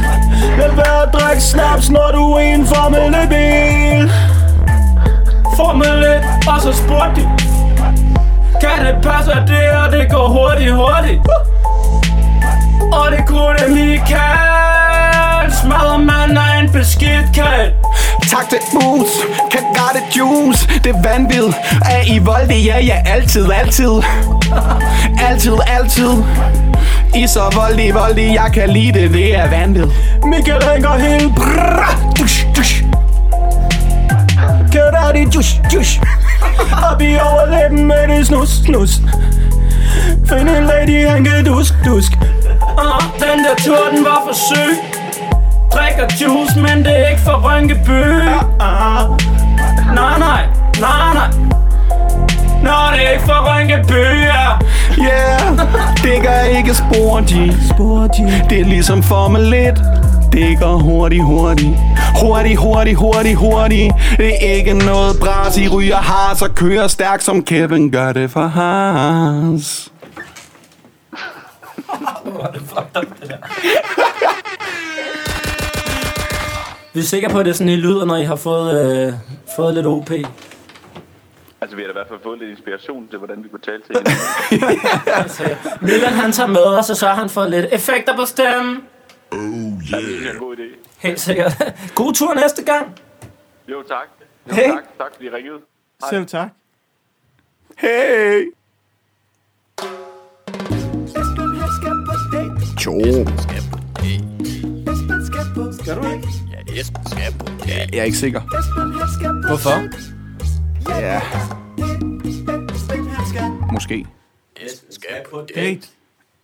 Lad være at drikke snaps, når du er i en Formel bil
Formel 1, og så spurgte de Kan det passe, at det her det går hurtigt, hurtigt? Og det kunne Michael Smadrer man af en beskidt kat
Tak til Boots, Karate Juice, det er vanvid Er I voldige? Ja, ja, altid, altid Altid, altid I er så voldige, voldige, jeg kan lide det, det er vanvid
Michael ringer helt brrrr Dush, dush Karate dush, dush Op i overlæben med det snus, snus Find en lady, han kan dusk, dusk
Åh, den der tur, den var for syg Drikker juice, men det er ikke for Rønkeby Nej, nej, nej, nej Nå, det er ikke for Rønkeby, ja
Yeah, det gør ikke spor de. spor de Det er ligesom Formel 1 det går hurtigt, hurtigt Hurtigt, hurtigt, hurtigt, hurtigt Det er ikke noget bras I ryger hars og kører stærkt som Kevin gør det for hars
Vi er sikre på, at det er sådan, I lyder, når I har fået, øh, fået lidt OP.
Altså, vi har da i hvert fald fået lidt inspiration til, hvordan vi kunne tale til hinanden.
Altså, Milan han tager med, og så sørger han for lidt effekter på stemmen.
Ja, det synes jeg er en god idé.
Helt sikkert. God tur næste gang.
Jo, tak. Jo,
Hey.
tak. Tak, fordi I ringede. Hej.
Selv tak
Hey Jo
Skal du ikke?
Ja, jeg er ikke sikker.
Hvorfor?
Ja. Måske.
Skal på
date.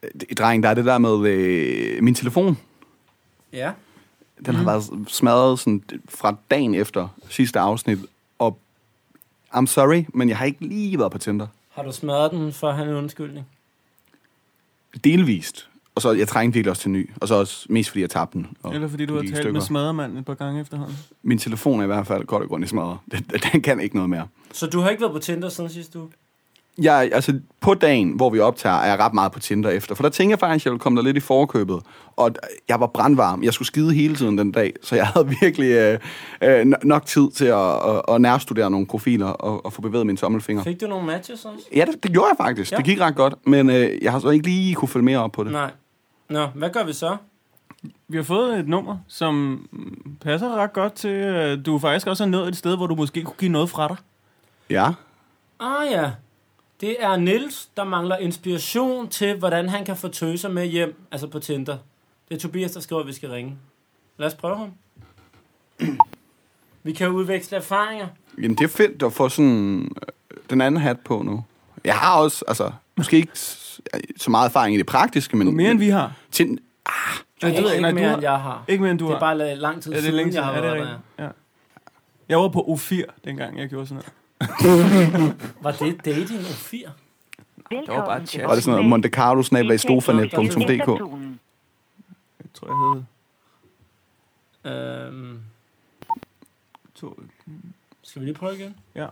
Det- Dreng, der er det der med øh, min telefon.
Ja.
Den
Mhm.
har været smadret sådan, fra dagen efter sidste afsnit. Og I'm sorry, men jeg har ikke lige været på Tinder.
Har du smadret den for han en undskyldning?
Delvist. Og så jeg trængte virkelig også til en ny. Og så også mest fordi jeg tabte den. Og
Eller fordi du
den
har
gik i
talt med smaddermanden et par gange efterhånden
Min telefon er i hvert fald godt og grundigt smadret. Den, den kan ikke noget mere.
Så du har ikke været på Tinder siden sidste uge?
jeg, altså, på dagen, hvor vi optager, er jeg ret meget på Tinder efter. For der tænker jeg faktisk, at jeg ville komme der lidt i forkøbet. Og d- jeg var brandvarm. Jeg skulle skide hele tiden den dag. Så jeg havde virkelig øh, øh, no- nok tid til at, at, at nærstudere nogle profiler og, og få bevæget mine tommelfinger.
Fik du nogle matches også?
Ja, det, det gjorde jeg faktisk.
Ja.
Ja. Det gik ret godt. Men øh, jeg har så ikke lige kunne følge mere op på det.
Nej. Nå, hvad gør vi så?
vi har fået et nummer, som passer ret godt til... øh, Du faktisk også er nået et sted, hvor du måske kunne give noget fra dig.
Ja.
Ah ja, det er Nils der mangler inspiration til, hvordan han kan få tøser med hjem, altså på Tinder. Det er Tobias, der skriver, at vi skal ringe. Lad os prøve ham. Vi kan udveksle erfaringer.
Jamen, det er fedt at få sådan øh, den anden hat på nu. Jeg har også, altså, måske ikke s- så meget erfaring i det praktiske, men...
Mere end vi har.
Tind- Ah,
Nej, det
ved
er ikke
jeg ikke. Nej, du
mere,
har-
end jeg har.
Ikke mere, end du
det
har.
Det er bare lang tid
Ja, det er
siden,
længe
jeg har
siden. Ja, det er
været der.
rigtigt. Ja. Jeg var på O4, dengang jeg gjorde sådan noget.
Var det dating og fire?
Det var bare chat.
Var det sådan noget Monte Carlo snabler i stofanet.dk?
Jeg tror, jeg hed...
Øhm.
To.
Skal vi lige prøve igen?
Ja.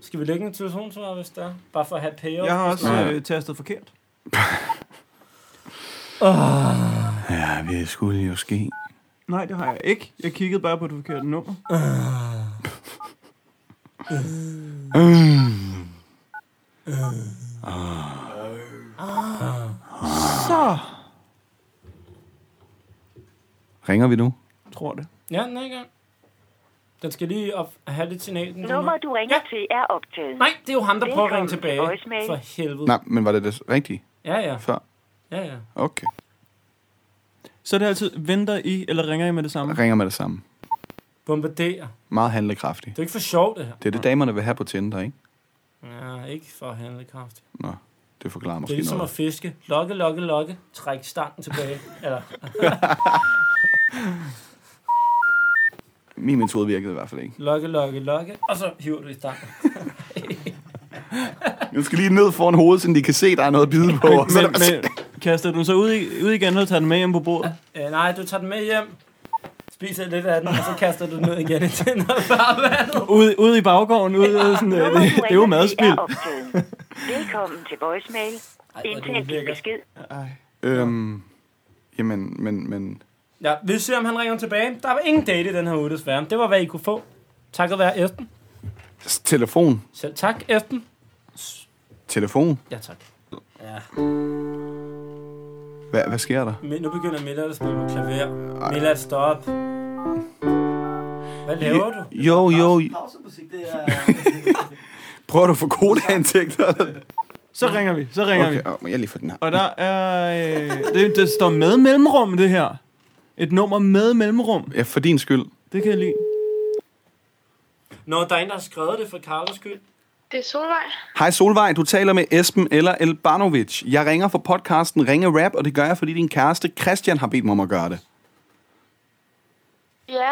Skal vi lægge en telefonsvar, hvis der er? Bare for at have payoff.
Jeg har også
Ja.
øh, tastet forkert.
Ja, det skulle jo ske.
Nej, det har jeg ikke. Jeg kiggede bare på det forkerte nummer.
Ah. Mm.
Ah.
Øh.
Ah.
Så.
Ringer vi nu?
øh, Tror det.
Ja, den er i gang. Den skal lige op have lidt signal. Den
Nummer, du ringer ja. til, er optaget.
Nej, det er jo ham, der prøver at ringe tilbage.
Velkommen til voicemail.
For helvede.
Nej, men var det det rigtige?
Ja, ja.
Før?
Ja, ja.
Okay.
Så er det altid, venter I, eller ringer I med det samme?
Ringer med det samme.
Bombarderer.
Meget handlekraftig.
Det er ikke for sjovt, det her.
Det er det, damerne vil have på Tinder, ikke?
Ja, ikke for handlekraft.
Nå, det
Det
forklarer
er
Ah, måske
ligesom at
noget.
fiske. Lokke, lokke, lokke. Træk stangen tilbage. Eller...
Min metode virkede i hvert fald ikke.
lokke, lokke, lokke. Og så hiver du i stangen.
Du skal lige ned foran hovedet, så de kan se, der er noget at bide på.
Men,
og så er der-
men, men kaster du den så ud, i, ud igen, eller tager den med hjem på bordet?
Øh, nej, du tager den med hjem. Spiser lidt af den, og så kaster du den ned igen i tænderfarvandet.
Ude, ude i baggården, ude, ja. sådan, øh, det, det er jo madspild.
Velkommen til voicemail. Indtag din besked.
Øhm, jamen, men, men...
Ja, vi ser, om han ringer tilbage. Der var ingen date i den her uge, desværre. Det var, hvad I kunne få. Takket være Esben.
S- Telefon.
Selv tak, Esben.
Telefon.
Ja, tak. Ja.
Hvad, hvad sker der?
Men nu begynder Millard at spille på klaver. Millard, stop. Hvad laver du?
Jo, jo... jo.
Pausemusik, det er...
Prøver du at få kodeindtægter?
Så ringer vi, så ringer vi.
Okay, åh, må jeg lige få den her.
Og der er... Øh, det, det står med mellemrum, det her. Et nummer med mellemrum.
Ja, for din skyld.
Det kan jeg lide.
Nå, der er en, der har skrevet det for Carlos skyld.
Det er Solvej.
Hej Solvej, du taler med Esben eller Elbanovic. Jeg ringer for podcasten Ringe Rap, og det gør jeg, fordi din kæreste Christian har bedt mig om at gøre det.
Ja.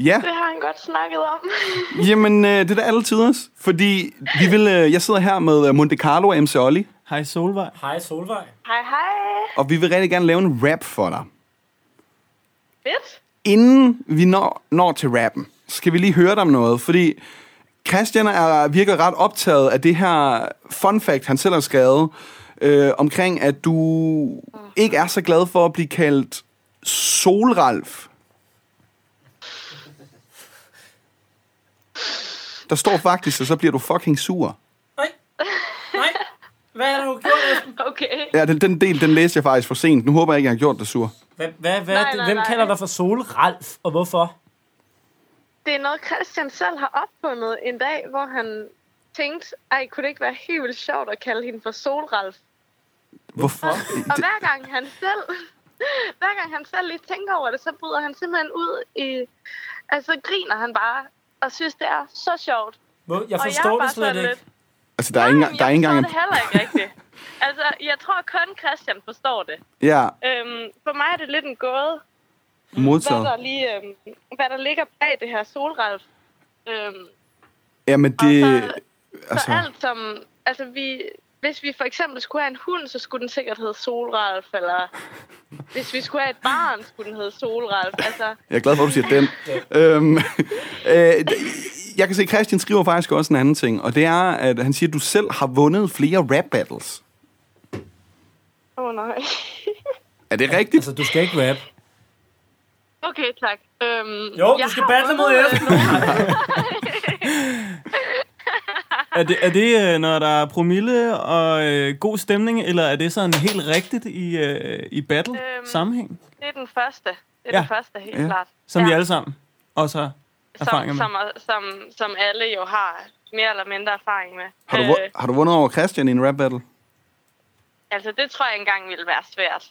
Ja.
Det har han godt snakket om.
Jamen, øh, det er da alle tiders, fordi vi vil, øh, jeg sidder her med øh, Monte Carlo og MC Olli,
Hej Solvej.
Hej Solvej.
Hej, hej.
og vi vil rigtig gerne lave en rap for dig.
Fedt.
Inden vi når, når til rappen, skal vi lige høre dig om noget, fordi Christian er, virker ret optaget af det her fun fact, han selv har skrevet, øh, omkring at du ikke er så glad for at blive kaldt Solralf. Der står faktisk, og så bliver du fucking sur.
Nej, hvad er der, du har gjort, Esben?
Okay.
Ja, den, den del, den læste jeg faktisk for sent. Nu håber jeg ikke, jeg har gjort dig sur.
Hvad, hvad, hvad,
Nej,
nej,
nej,
hvem
nej.
kalder dig for Solralf, og hvorfor?
Det er noget, Christian selv har opfundet en dag, hvor han tænkte, ej, kunne det ikke være helt vildt sjovt at kalde hende for Solralf?
Hvorfor?
Og hver gang han selv, hver gang han selv lige tænker over det, så bryder han simpelthen ud i... Altså, griner han bare og synes, det er så sjovt.
Hvor- Jeg
Og jeg
forstår
er
det
bare
slet
sådan
ikke.
lidt-
Altså, der er ikke, engang- der er ikke
Jeg
engang...
forstår det heller ikke rigtigt. Altså, jeg tror kun Christian forstår det.
Ja,
Øhm, for mig er det lidt en gåde, Mm, hvad
modtaget.
der, lige, øhm, hvad der ligger bag det her solralf. Øhm,
Jamen, det...
så
Altså,
alt som... Altså, vi, hvis vi for eksempel skulle have en hund, så skulle den sikkert hedde Solralf, eller hvis vi skulle have et barn, skulle den hedde Solralf. Altså,
jeg er glad for, at du siger den. øhm, øh, d- jeg kan se, at Christian skriver faktisk også en anden ting, og det er, at han siger, at du selv har vundet flere rap battles.
åh oh, nej.
Er det rigtigt? Altså,
du skal ikke rap.
Okay, tak. Øhm,
Jo,
jeg
du skal
har
battle mod
vundet, øh,
Esben.
nogle-
Er det, er det, øh, når der er promille og øh, god stemning, eller er det sådan helt rigtigt i, øh, i battle-sammenhæng?
Øhm, Det er den første. Det er ja. den første, helt ja. klart.
Som vi alle sammen også har erfaringer
som,
med.
som, er- som, som alle jo har mere eller mindre erfaring med.
Har du,
Øh.
vu- har du vundet over Christian i en rap battle?
Altså, det tror jeg engang ville være svært.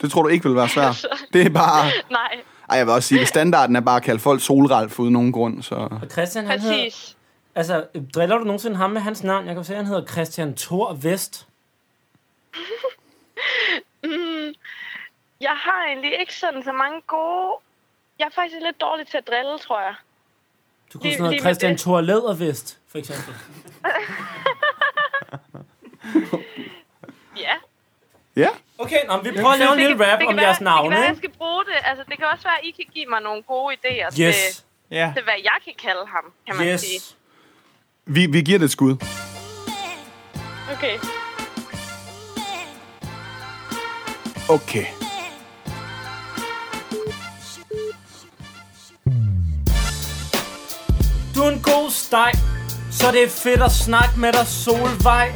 Det tror du ikke vil være svært. Det er bare...
Nej,
Ej, jeg vil også sige, at standarden er bare at kalde folk solralf uden nogen grund, så...
Christian, han Præcis. hedder... Altså, øh, driller du nogensinde ham med hans navn? Jeg kan se, at han hedder Christian Thor Vest.
Mm, jeg har egentlig ikke sådan så mange gode... Jeg er faktisk lidt dårlig til at drille, tror jeg.
Du kunne
Lige-
sådan hedde
lige med
Christian
det.
Thor Lædervest, for eksempel.
Ja.
Ja.
Okay, nå, men vi prøver at lave en
Det
lille
kan-
rap
det kan
om
være-
jeres
Det kan
navne,
være, jeg
ikke?
skal bruge det. Altså, det kan også være, at I kan give mig nogle gode idéer
Yes.
til,
Ja.
til, hvad jeg kan kalde ham, kan man
Yes.
sige.
Vi, vi giver det et skud.
Okay.
Okay.
Du er en god steg, så det er fedt at snakke med dig Solvej.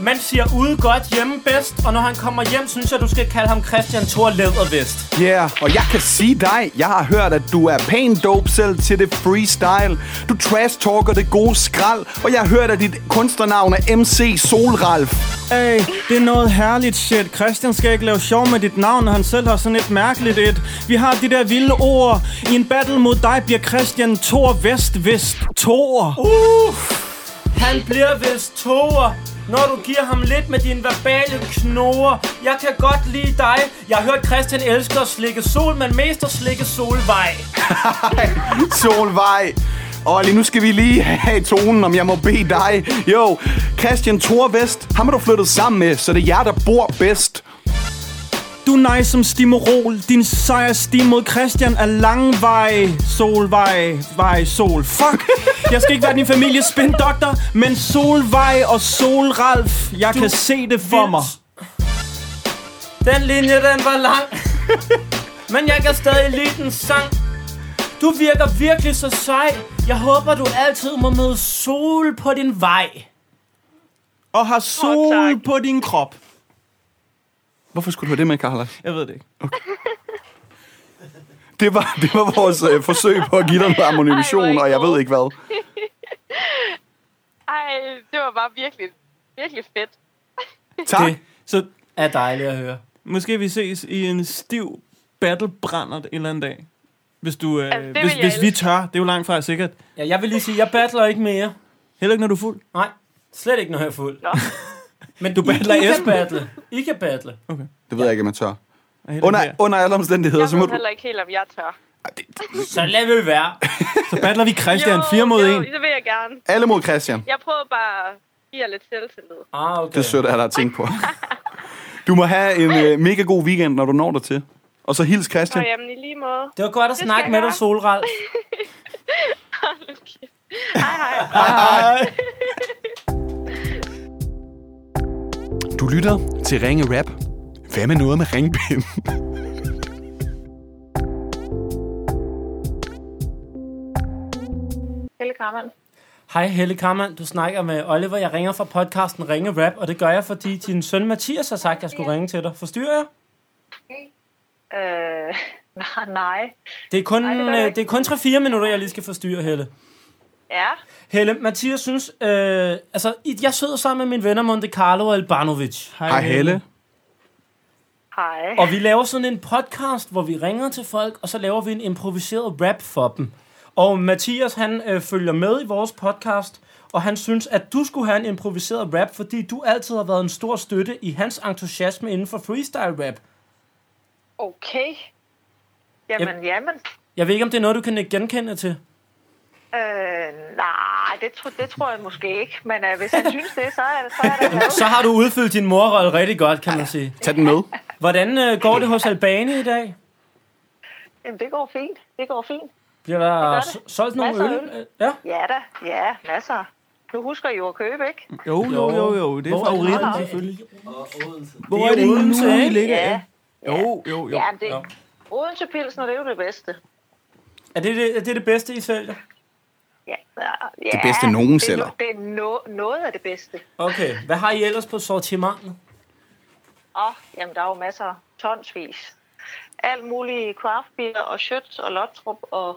Man siger ude godt, hjemme bedst, og når han kommer hjem, synes jeg, du skal kalde ham Christian Thor Lædervest.
Ja, yeah, og jeg kan sige dig, jeg har hørt, at du er pæn dope selv til det freestyle. Du trash-talker det gode skrald, og jeg har hørt, at dit kunstnernavn er MC Solralf.
Hey, det er noget herligt shit. Christian skal ikke lave sjov med dit navn, når han selv har sådan et mærkeligt et. Vi har de der vilde ord. I en battle mod dig bliver Christian Thor Vest Vest Thor.
Uff! Han bliver vist toer, når du giver ham lidt med dine verbale knoger. Jeg kan godt lide dig. Jeg har hørt, Christian elsker at slikke sol, men mest at slikke solvej.
Solvej. Og lige nu skal vi lige have tonen, om jeg må bede dig. Jo, Christian Thorvest, ham er du flyttet sammen med, så det er jer, der bor bedst.
Du er nice som Stimorol. Din sejr sti mod Christian er langvej. Solvej, vej, sol. Fuck! Jeg skal ikke være din familie spindoktor, men Solvej og Solralf. Jeg du kan se det for mig.
Den linje, den var lang. Men jeg kan stadig lide den sang. Du virker virkelig så sej. Jeg håber, du altid må møde sol på din vej.
Og har sol oh, på din krop.
Hvorfor skulle du have det med, Carla?
Jeg ved det ikke.
Det var, det var vores øh, forsøg på at give dig noget ammunition, og jeg ved ikke hvad.
Ej, det var bare virkelig, virkelig fedt.
Tak.
Det så
er dejligt at høre.
Måske vi ses i en stiv battlebrændert en eller anden dag. Hvis, du, øh,
Altså, det
altså,
vil
hvis,
jeg
hvis vi
elske.
tør. Det er jo langt fra sikkert.
Ja, jeg vil lige sige, jeg battler ikke mere.
Heller ikke, når du er fuld?
Nej, slet ikke, når jeg er fuld. Men
Du
I-
battler
I kan
Esben.
battle. I kan battle.
Okay.
Det ved jeg ikke, om jeg tør. Under, under alle omstændigheder,
Jeg
så må
ved
du...
heller ikke helt, om jeg tør.
Så lad vi være.
så battler vi Christian 4 mod
jo,
1.
det vil jeg gerne.
Alle mod Christian.
Jeg prøver bare at give jer lidt selvtillid.
Ah, okay.
Det er sødt af dig at tænke på. Du må have en øh, mega god weekend, når du når dig til. Og så hils Christian.
Og jamen, i lige måde.
Det var godt at
skal
snakke
jeg
med
gøre.
dig, Solral.
Hej. Du lytter til Ringe Rap. Hvad med noget med ringbind?
Helle Krammann.
Hej Helle Karmann, du snakker med Oliver. Jeg ringer fra podcasten Ringe Rap, og det gør jeg, fordi din søn Mathias har sagt, at jeg skulle ringe til dig. Forstyrrer jeg?
Øh, nej, nej.
Det er kun,
Nej, det gør
øh,
jeg
det
ikke.
er kun 3-4 minutter, jeg lige skal forstyrre, Helle.
Ja.
Helle, Mathias synes... Øh, altså, i- jeg sidder sammen med mine venner Monte Carlo og Albanovic.
Hej, Helle.
Hej.
Og vi laver sådan en podcast, hvor vi ringer til folk, og så laver vi en improviseret rap for dem. Og Mathias, han øh, følger med i vores podcast, og han synes, at du skulle have en improviseret rap, fordi du altid har været en stor støtte i hans entusiasme inden for freestyle rap.
Okay. Jamen, jamen.
Jeg ved ikke, om det er noget, du kan ikke genkende til.
Øh, nej, det, tro, det tror jeg måske ikke. Men øh, hvis han synes det, så er det så er det.
Så har du udfyldt din morrolle rigtig godt, kan man sige.
Tag den med.
Hvordan øh, går det hos Albani i dag?
Jamen, det går fint. Det går fint.
Bliver der
det.
s- solgt nogle
Masser af
øl?
øl.
Øh, Ja.
Ja da. Ja, masser. Du husker jo at købe, ikke?
Jo, jo, jo, jo. Det er
Hvor er det
favoritten
henne?
selvfølgelig.
Det
Hvor
er
er det
Odense,
nu, I
ikke?
ligger?
Ja.
Ja. Jo, jo, jo.
Ja, men det, jo. Odense Pilsner, det er jo det bedste.
Er det det, er det, det bedste, I sælger?
Ja, Ja,
Det bedste nogen
det er
sælger.
no- Det er no- noget af det bedste.
Okay, hvad har I ellers på sortimentet?
Åh, jamen der er jo masser tonsvis. Alt muligt craft beer og Schütz og Lottrup og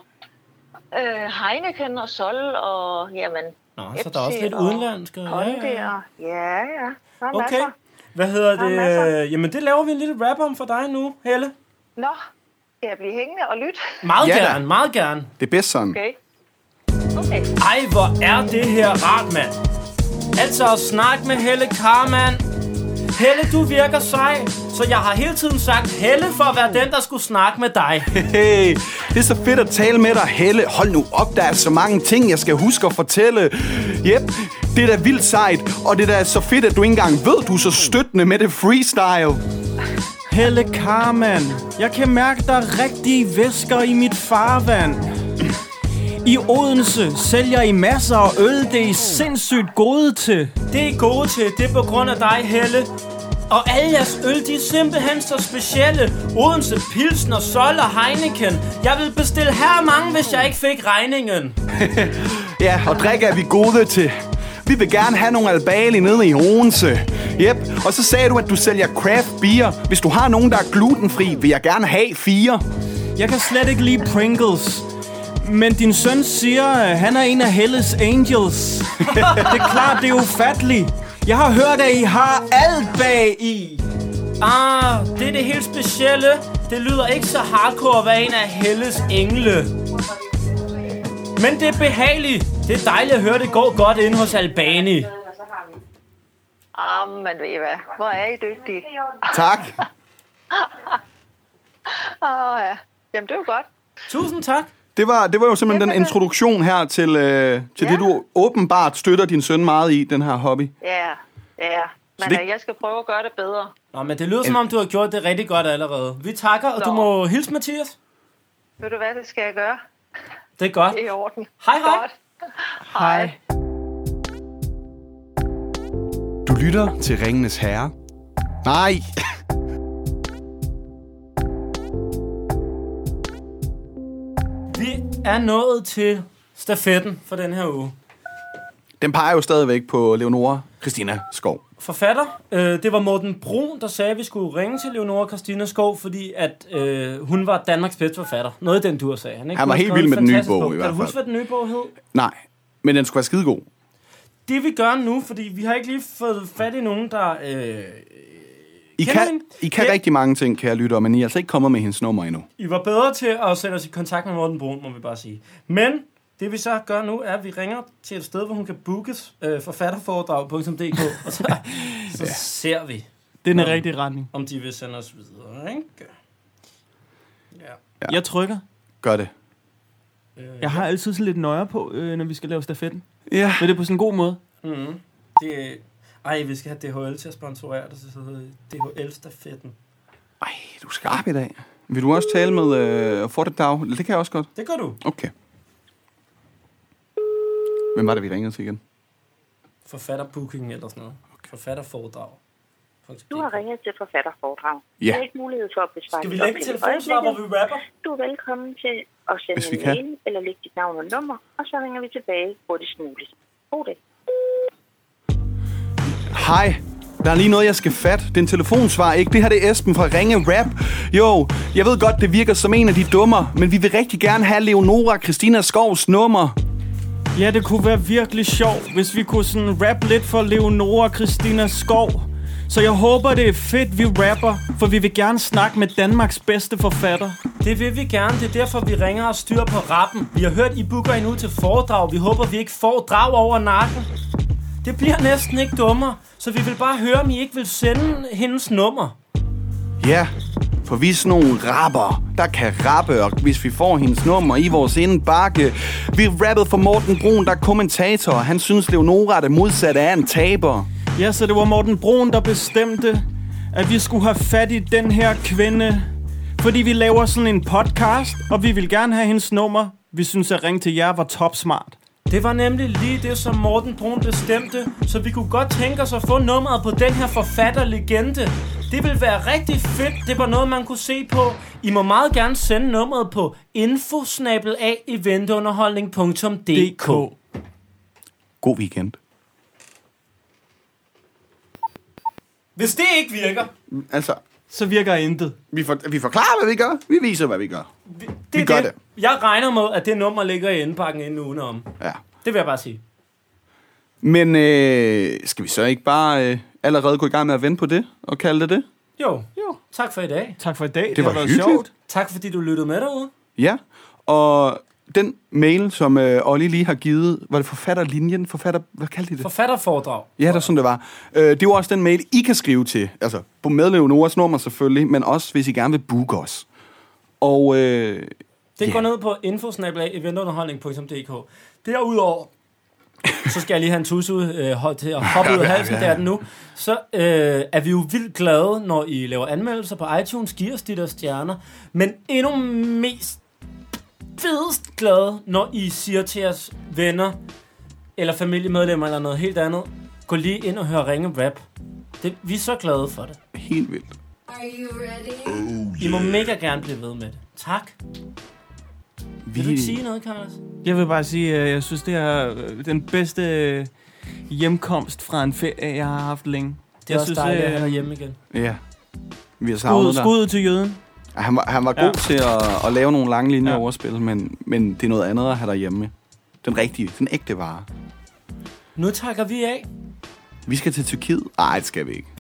øh, Heineken og Sol og jamen...
Nå, så der er også lidt udenlandske. Ja, ja,
Ja,
ja.
ja. ja, ja. Der er
Okay.
masser.
Hvad hedder
Der er masser.
det? Jamen, det laver vi en lille rap om for dig nu, Helle.
Nå, skal jeg blive hængende og lytte?
Meget
Ja
ja,
da.
gerne, meget gerne.
Det er bedst sådan.
Okay. Okay.
Ej, hvor er det her rart, mand. Altså at snakke med Helle Karmann. Helle, du virker sej, så jeg har hele tiden sagt Helle for at være den, der skulle snakke med dig.
Hey, det er så fedt at tale med dig, Helle. Hold nu op, der er så mange ting, jeg skal huske at fortælle. Yep, det er da vildt sejt, og det er da så fedt, at du ikke engang ved, du er så støttende med det freestyle.
Helle Karman, jeg kan mærke, der er rigtige væsker i mit farvand. I Odense sælger I masser af øl, det er I sindssygt gode til.
Det er I gode til, det er på grund af dig, Helle. Og alle jeres øl, de er simpelthen så specielle. Odense Pilsen og Sol og Heineken. Jeg vil bestille her mange, hvis jeg ikke fik regningen.
ja, og drikke er vi gode til. Vi vil gerne have nogle albali nede i Odense. Yep, og så sagde du, at du sælger craft beer. Hvis du har nogen, der er glutenfri, vil jeg gerne have fire.
Jeg kan slet ikke lide Pringles. Men din søn siger, at han er en af Helles Angels. det er klart, det er ufatteligt. Jeg har hørt, at I har alt bag i.
Ah, det er det helt specielle. Det lyder ikke så hardcore at være en af Helles engle. Men det er behageligt. Det er dejligt at høre, det går godt inde hos Albani.
Jamen, Ah, ved I hvad? Hvor er I dygtige?
Tak.
Åh, Ah, ja. Jamen, det er jo godt.
Tusind tak.
Det var, det var jo simpelthen den introduktion her til, øh, til ja. det, du åbenbart støtter din søn meget i, den her hobby.
Ja, ja. Men
det-
det... jeg skal prøve at gøre det bedre.
Nå, men det lyder som om, du har gjort det rigtig godt allerede. Vi takker, og du må hilse, Mathias.
Ved du hvad, det skal jeg gøre?
Det er godt.
Det er i orden.
Hej, hej.
Godt.
Hej.
Du lytter til Ringenes Herre. Nej!
Vi er nået til stafetten for den her uge.
Den peger jo stadigvæk på Leonora Christina Skov.
Forfatter, øh, det var Morten Brun, der sagde, at vi skulle ringe til Leonora Christina Skov, fordi at øh, hun var Danmarks bedste forfatter. Noget i den dur, sagde han. Ikke?
Han var
Hun har
helt
skrevet
vild
en
med den nye
fantastisk
bog, i hvert
Kan du huske,
fald.
hvad den nye bog hed?
Nej, men den skulle være skidegod.
Det vi gør nu, fordi vi har ikke lige fået fat i nogen, der... Øh,
I
Kender
kan,
hende?
I kan rigtig mange ting, kære lyttere, men I er altså ikke kommet med hendes nummer endnu.
I var bedre til at sætte os i kontakt med Morten Brun, må vi bare sige. Men det vi så gør nu, er, at vi ringer til et sted, hvor hun kan bookes øh, forfatterforedrag.dk, og så, så ja. ser vi,
Det er den
om-
rigtige retning.
om de vil sende os videre. Ikke?
Ja.
Jeg trykker.
Gør det.
Øh,
Jeg har altid sådan lidt nøjer på, øh, når vi skal lave stafetten.
Ja.
Men det er på sådan en god måde.
Mm. Det, ej, vi skal have DHL til at sponsorere det, så det hedder DHL-stafetten.
Du er skarp i dag. Vil du også tale med øh, Fortedag? Det kan jeg også godt.
Det gør du.
Okay. Hvem var det, vi ringede til igen?
Forfatterbooking eller sådan noget. Forfatterforedrag.
Du har ringet til forfatterfodrag.
Ja.
Der er ikke mulighed for at besvare
Skal vi
dit
lægge
opkald i
telefonsvar, hvor vi
øjeblikket.
rapper?
Du er velkommen til at sende
Hvis vi
en
kan.
mail eller lægge dit navn og nummer, og så ringer vi tilbage hurtigst muligt. God dag.
Hej, der er lige noget, jeg skal fat. Det er en telefonsvar, ikke? Det her det er Esben fra Ringe Rap. Jo, jeg ved godt, det virker som en af de dummer, men vi vil rigtig gerne have Leonora Christina Skovs nummer.
Ja, det kunne være virkelig sjovt, hvis vi kunne sådan rappe lidt for Leonora Christina Skov. Så jeg håber, det er fedt, vi rapper, for vi vil gerne snakke med Danmarks bedste forfatter.
Det vil vi gerne. Det er derfor, vi ringer og styrer på rappen. Vi har hørt, I booker endnu til foredrag. Vi håber, vi ikke får drag over nakken. Det bliver næsten ikke dummere, så vi vil bare høre, om I ikke vil sende hendes nummer.
Ja, for vi er sådan nogle rapper, der kan rappe, og hvis vi får hendes nummer i vores indbakke. Vi rappede for Morten Brun, der er kommentator, og han synes, Leonora er det modsatte af en taber.
Ja, så det var Morten Brun, der bestemte, at vi skulle have fat i den her kvinde. Fordi vi laver sådan en podcast, og vi vil gerne have hendes nummer. Vi synes, at ringe til jer var topsmart.
Det var nemlig lige det, som Morten Brun bestemte, så vi kunne godt tænke os at få nummeret på den her forfatterlegende. Det ville være rigtig fedt. Det var noget, man kunne se på. I må meget gerne sende nummeret på infosnabelaeventunderholdning.dk.
God weekend.
Hvis det ikke virker,
Altså,
så virker intet.
Vi, for, vi forklarer, hvad vi gør. Vi viser, hvad vi gør.
det,
Vi
er
gør
det. Jeg regner med, at det nummer ligger i indpakken inden ugen om.
Ja.
Det vil jeg bare sige.
Men øh, skal vi så ikke bare øh, allerede gå i gang med at vente på det og kalde det det?
Jo. jo. Tak for i dag.
Tak for i dag. Det,
Det har var været hyggeligt. sjovt.
Tak fordi du lyttede med derude.
Ja, og den mail, som øh, Olli lige har givet, var det forfatterlinjen? Forfatter, hvad kaldte de det?
Forfatterforedrag.
Ja, det er sådan, det var. Øh, det er jo også den mail, I kan skrive til. Altså, på medlev Noras nummer selvfølgelig, men også, hvis I gerne vil booke os. Og øh,
Det går ned på infosnabelag.eventunderholdning.dk Derudover, så skal jeg lige have en tusse ud, øh, hold til at hoppe ud af halsen, det er den nu. Så øh, er vi jo vildt glade, når I laver anmeldelser på iTunes, giver os de der stjerner. Men endnu mest fedest glade, når I siger til jeres venner, eller familiemedlemmer, eller noget helt andet, gå lige ind og hør ringe rap. Det, vi er så glade for det.
Helt vildt.
Are you ready?
I må mega gerne blive ved med det. Tak. Vil du ikke sige noget, Carlos?
Jeg vil bare sige, at jeg synes, det er øh, den bedste øh, hjemkomst fra en ferie, jeg har haft længe.
Det er også dejligt at
øh,
have dig hjemme igen.
ja, vi har
Skud,
savnet dig.
skud til jøden.
Ja, Han var, han var god
Ja.
ja. til at, at lave nogle lange linjer ja. overspil, men, men det er noget andet at have derhjemme. Den rigtige, den ægte vare.
Nu takker vi af.
Vi skal til Tyrkiet. Nej, det skal vi ikke.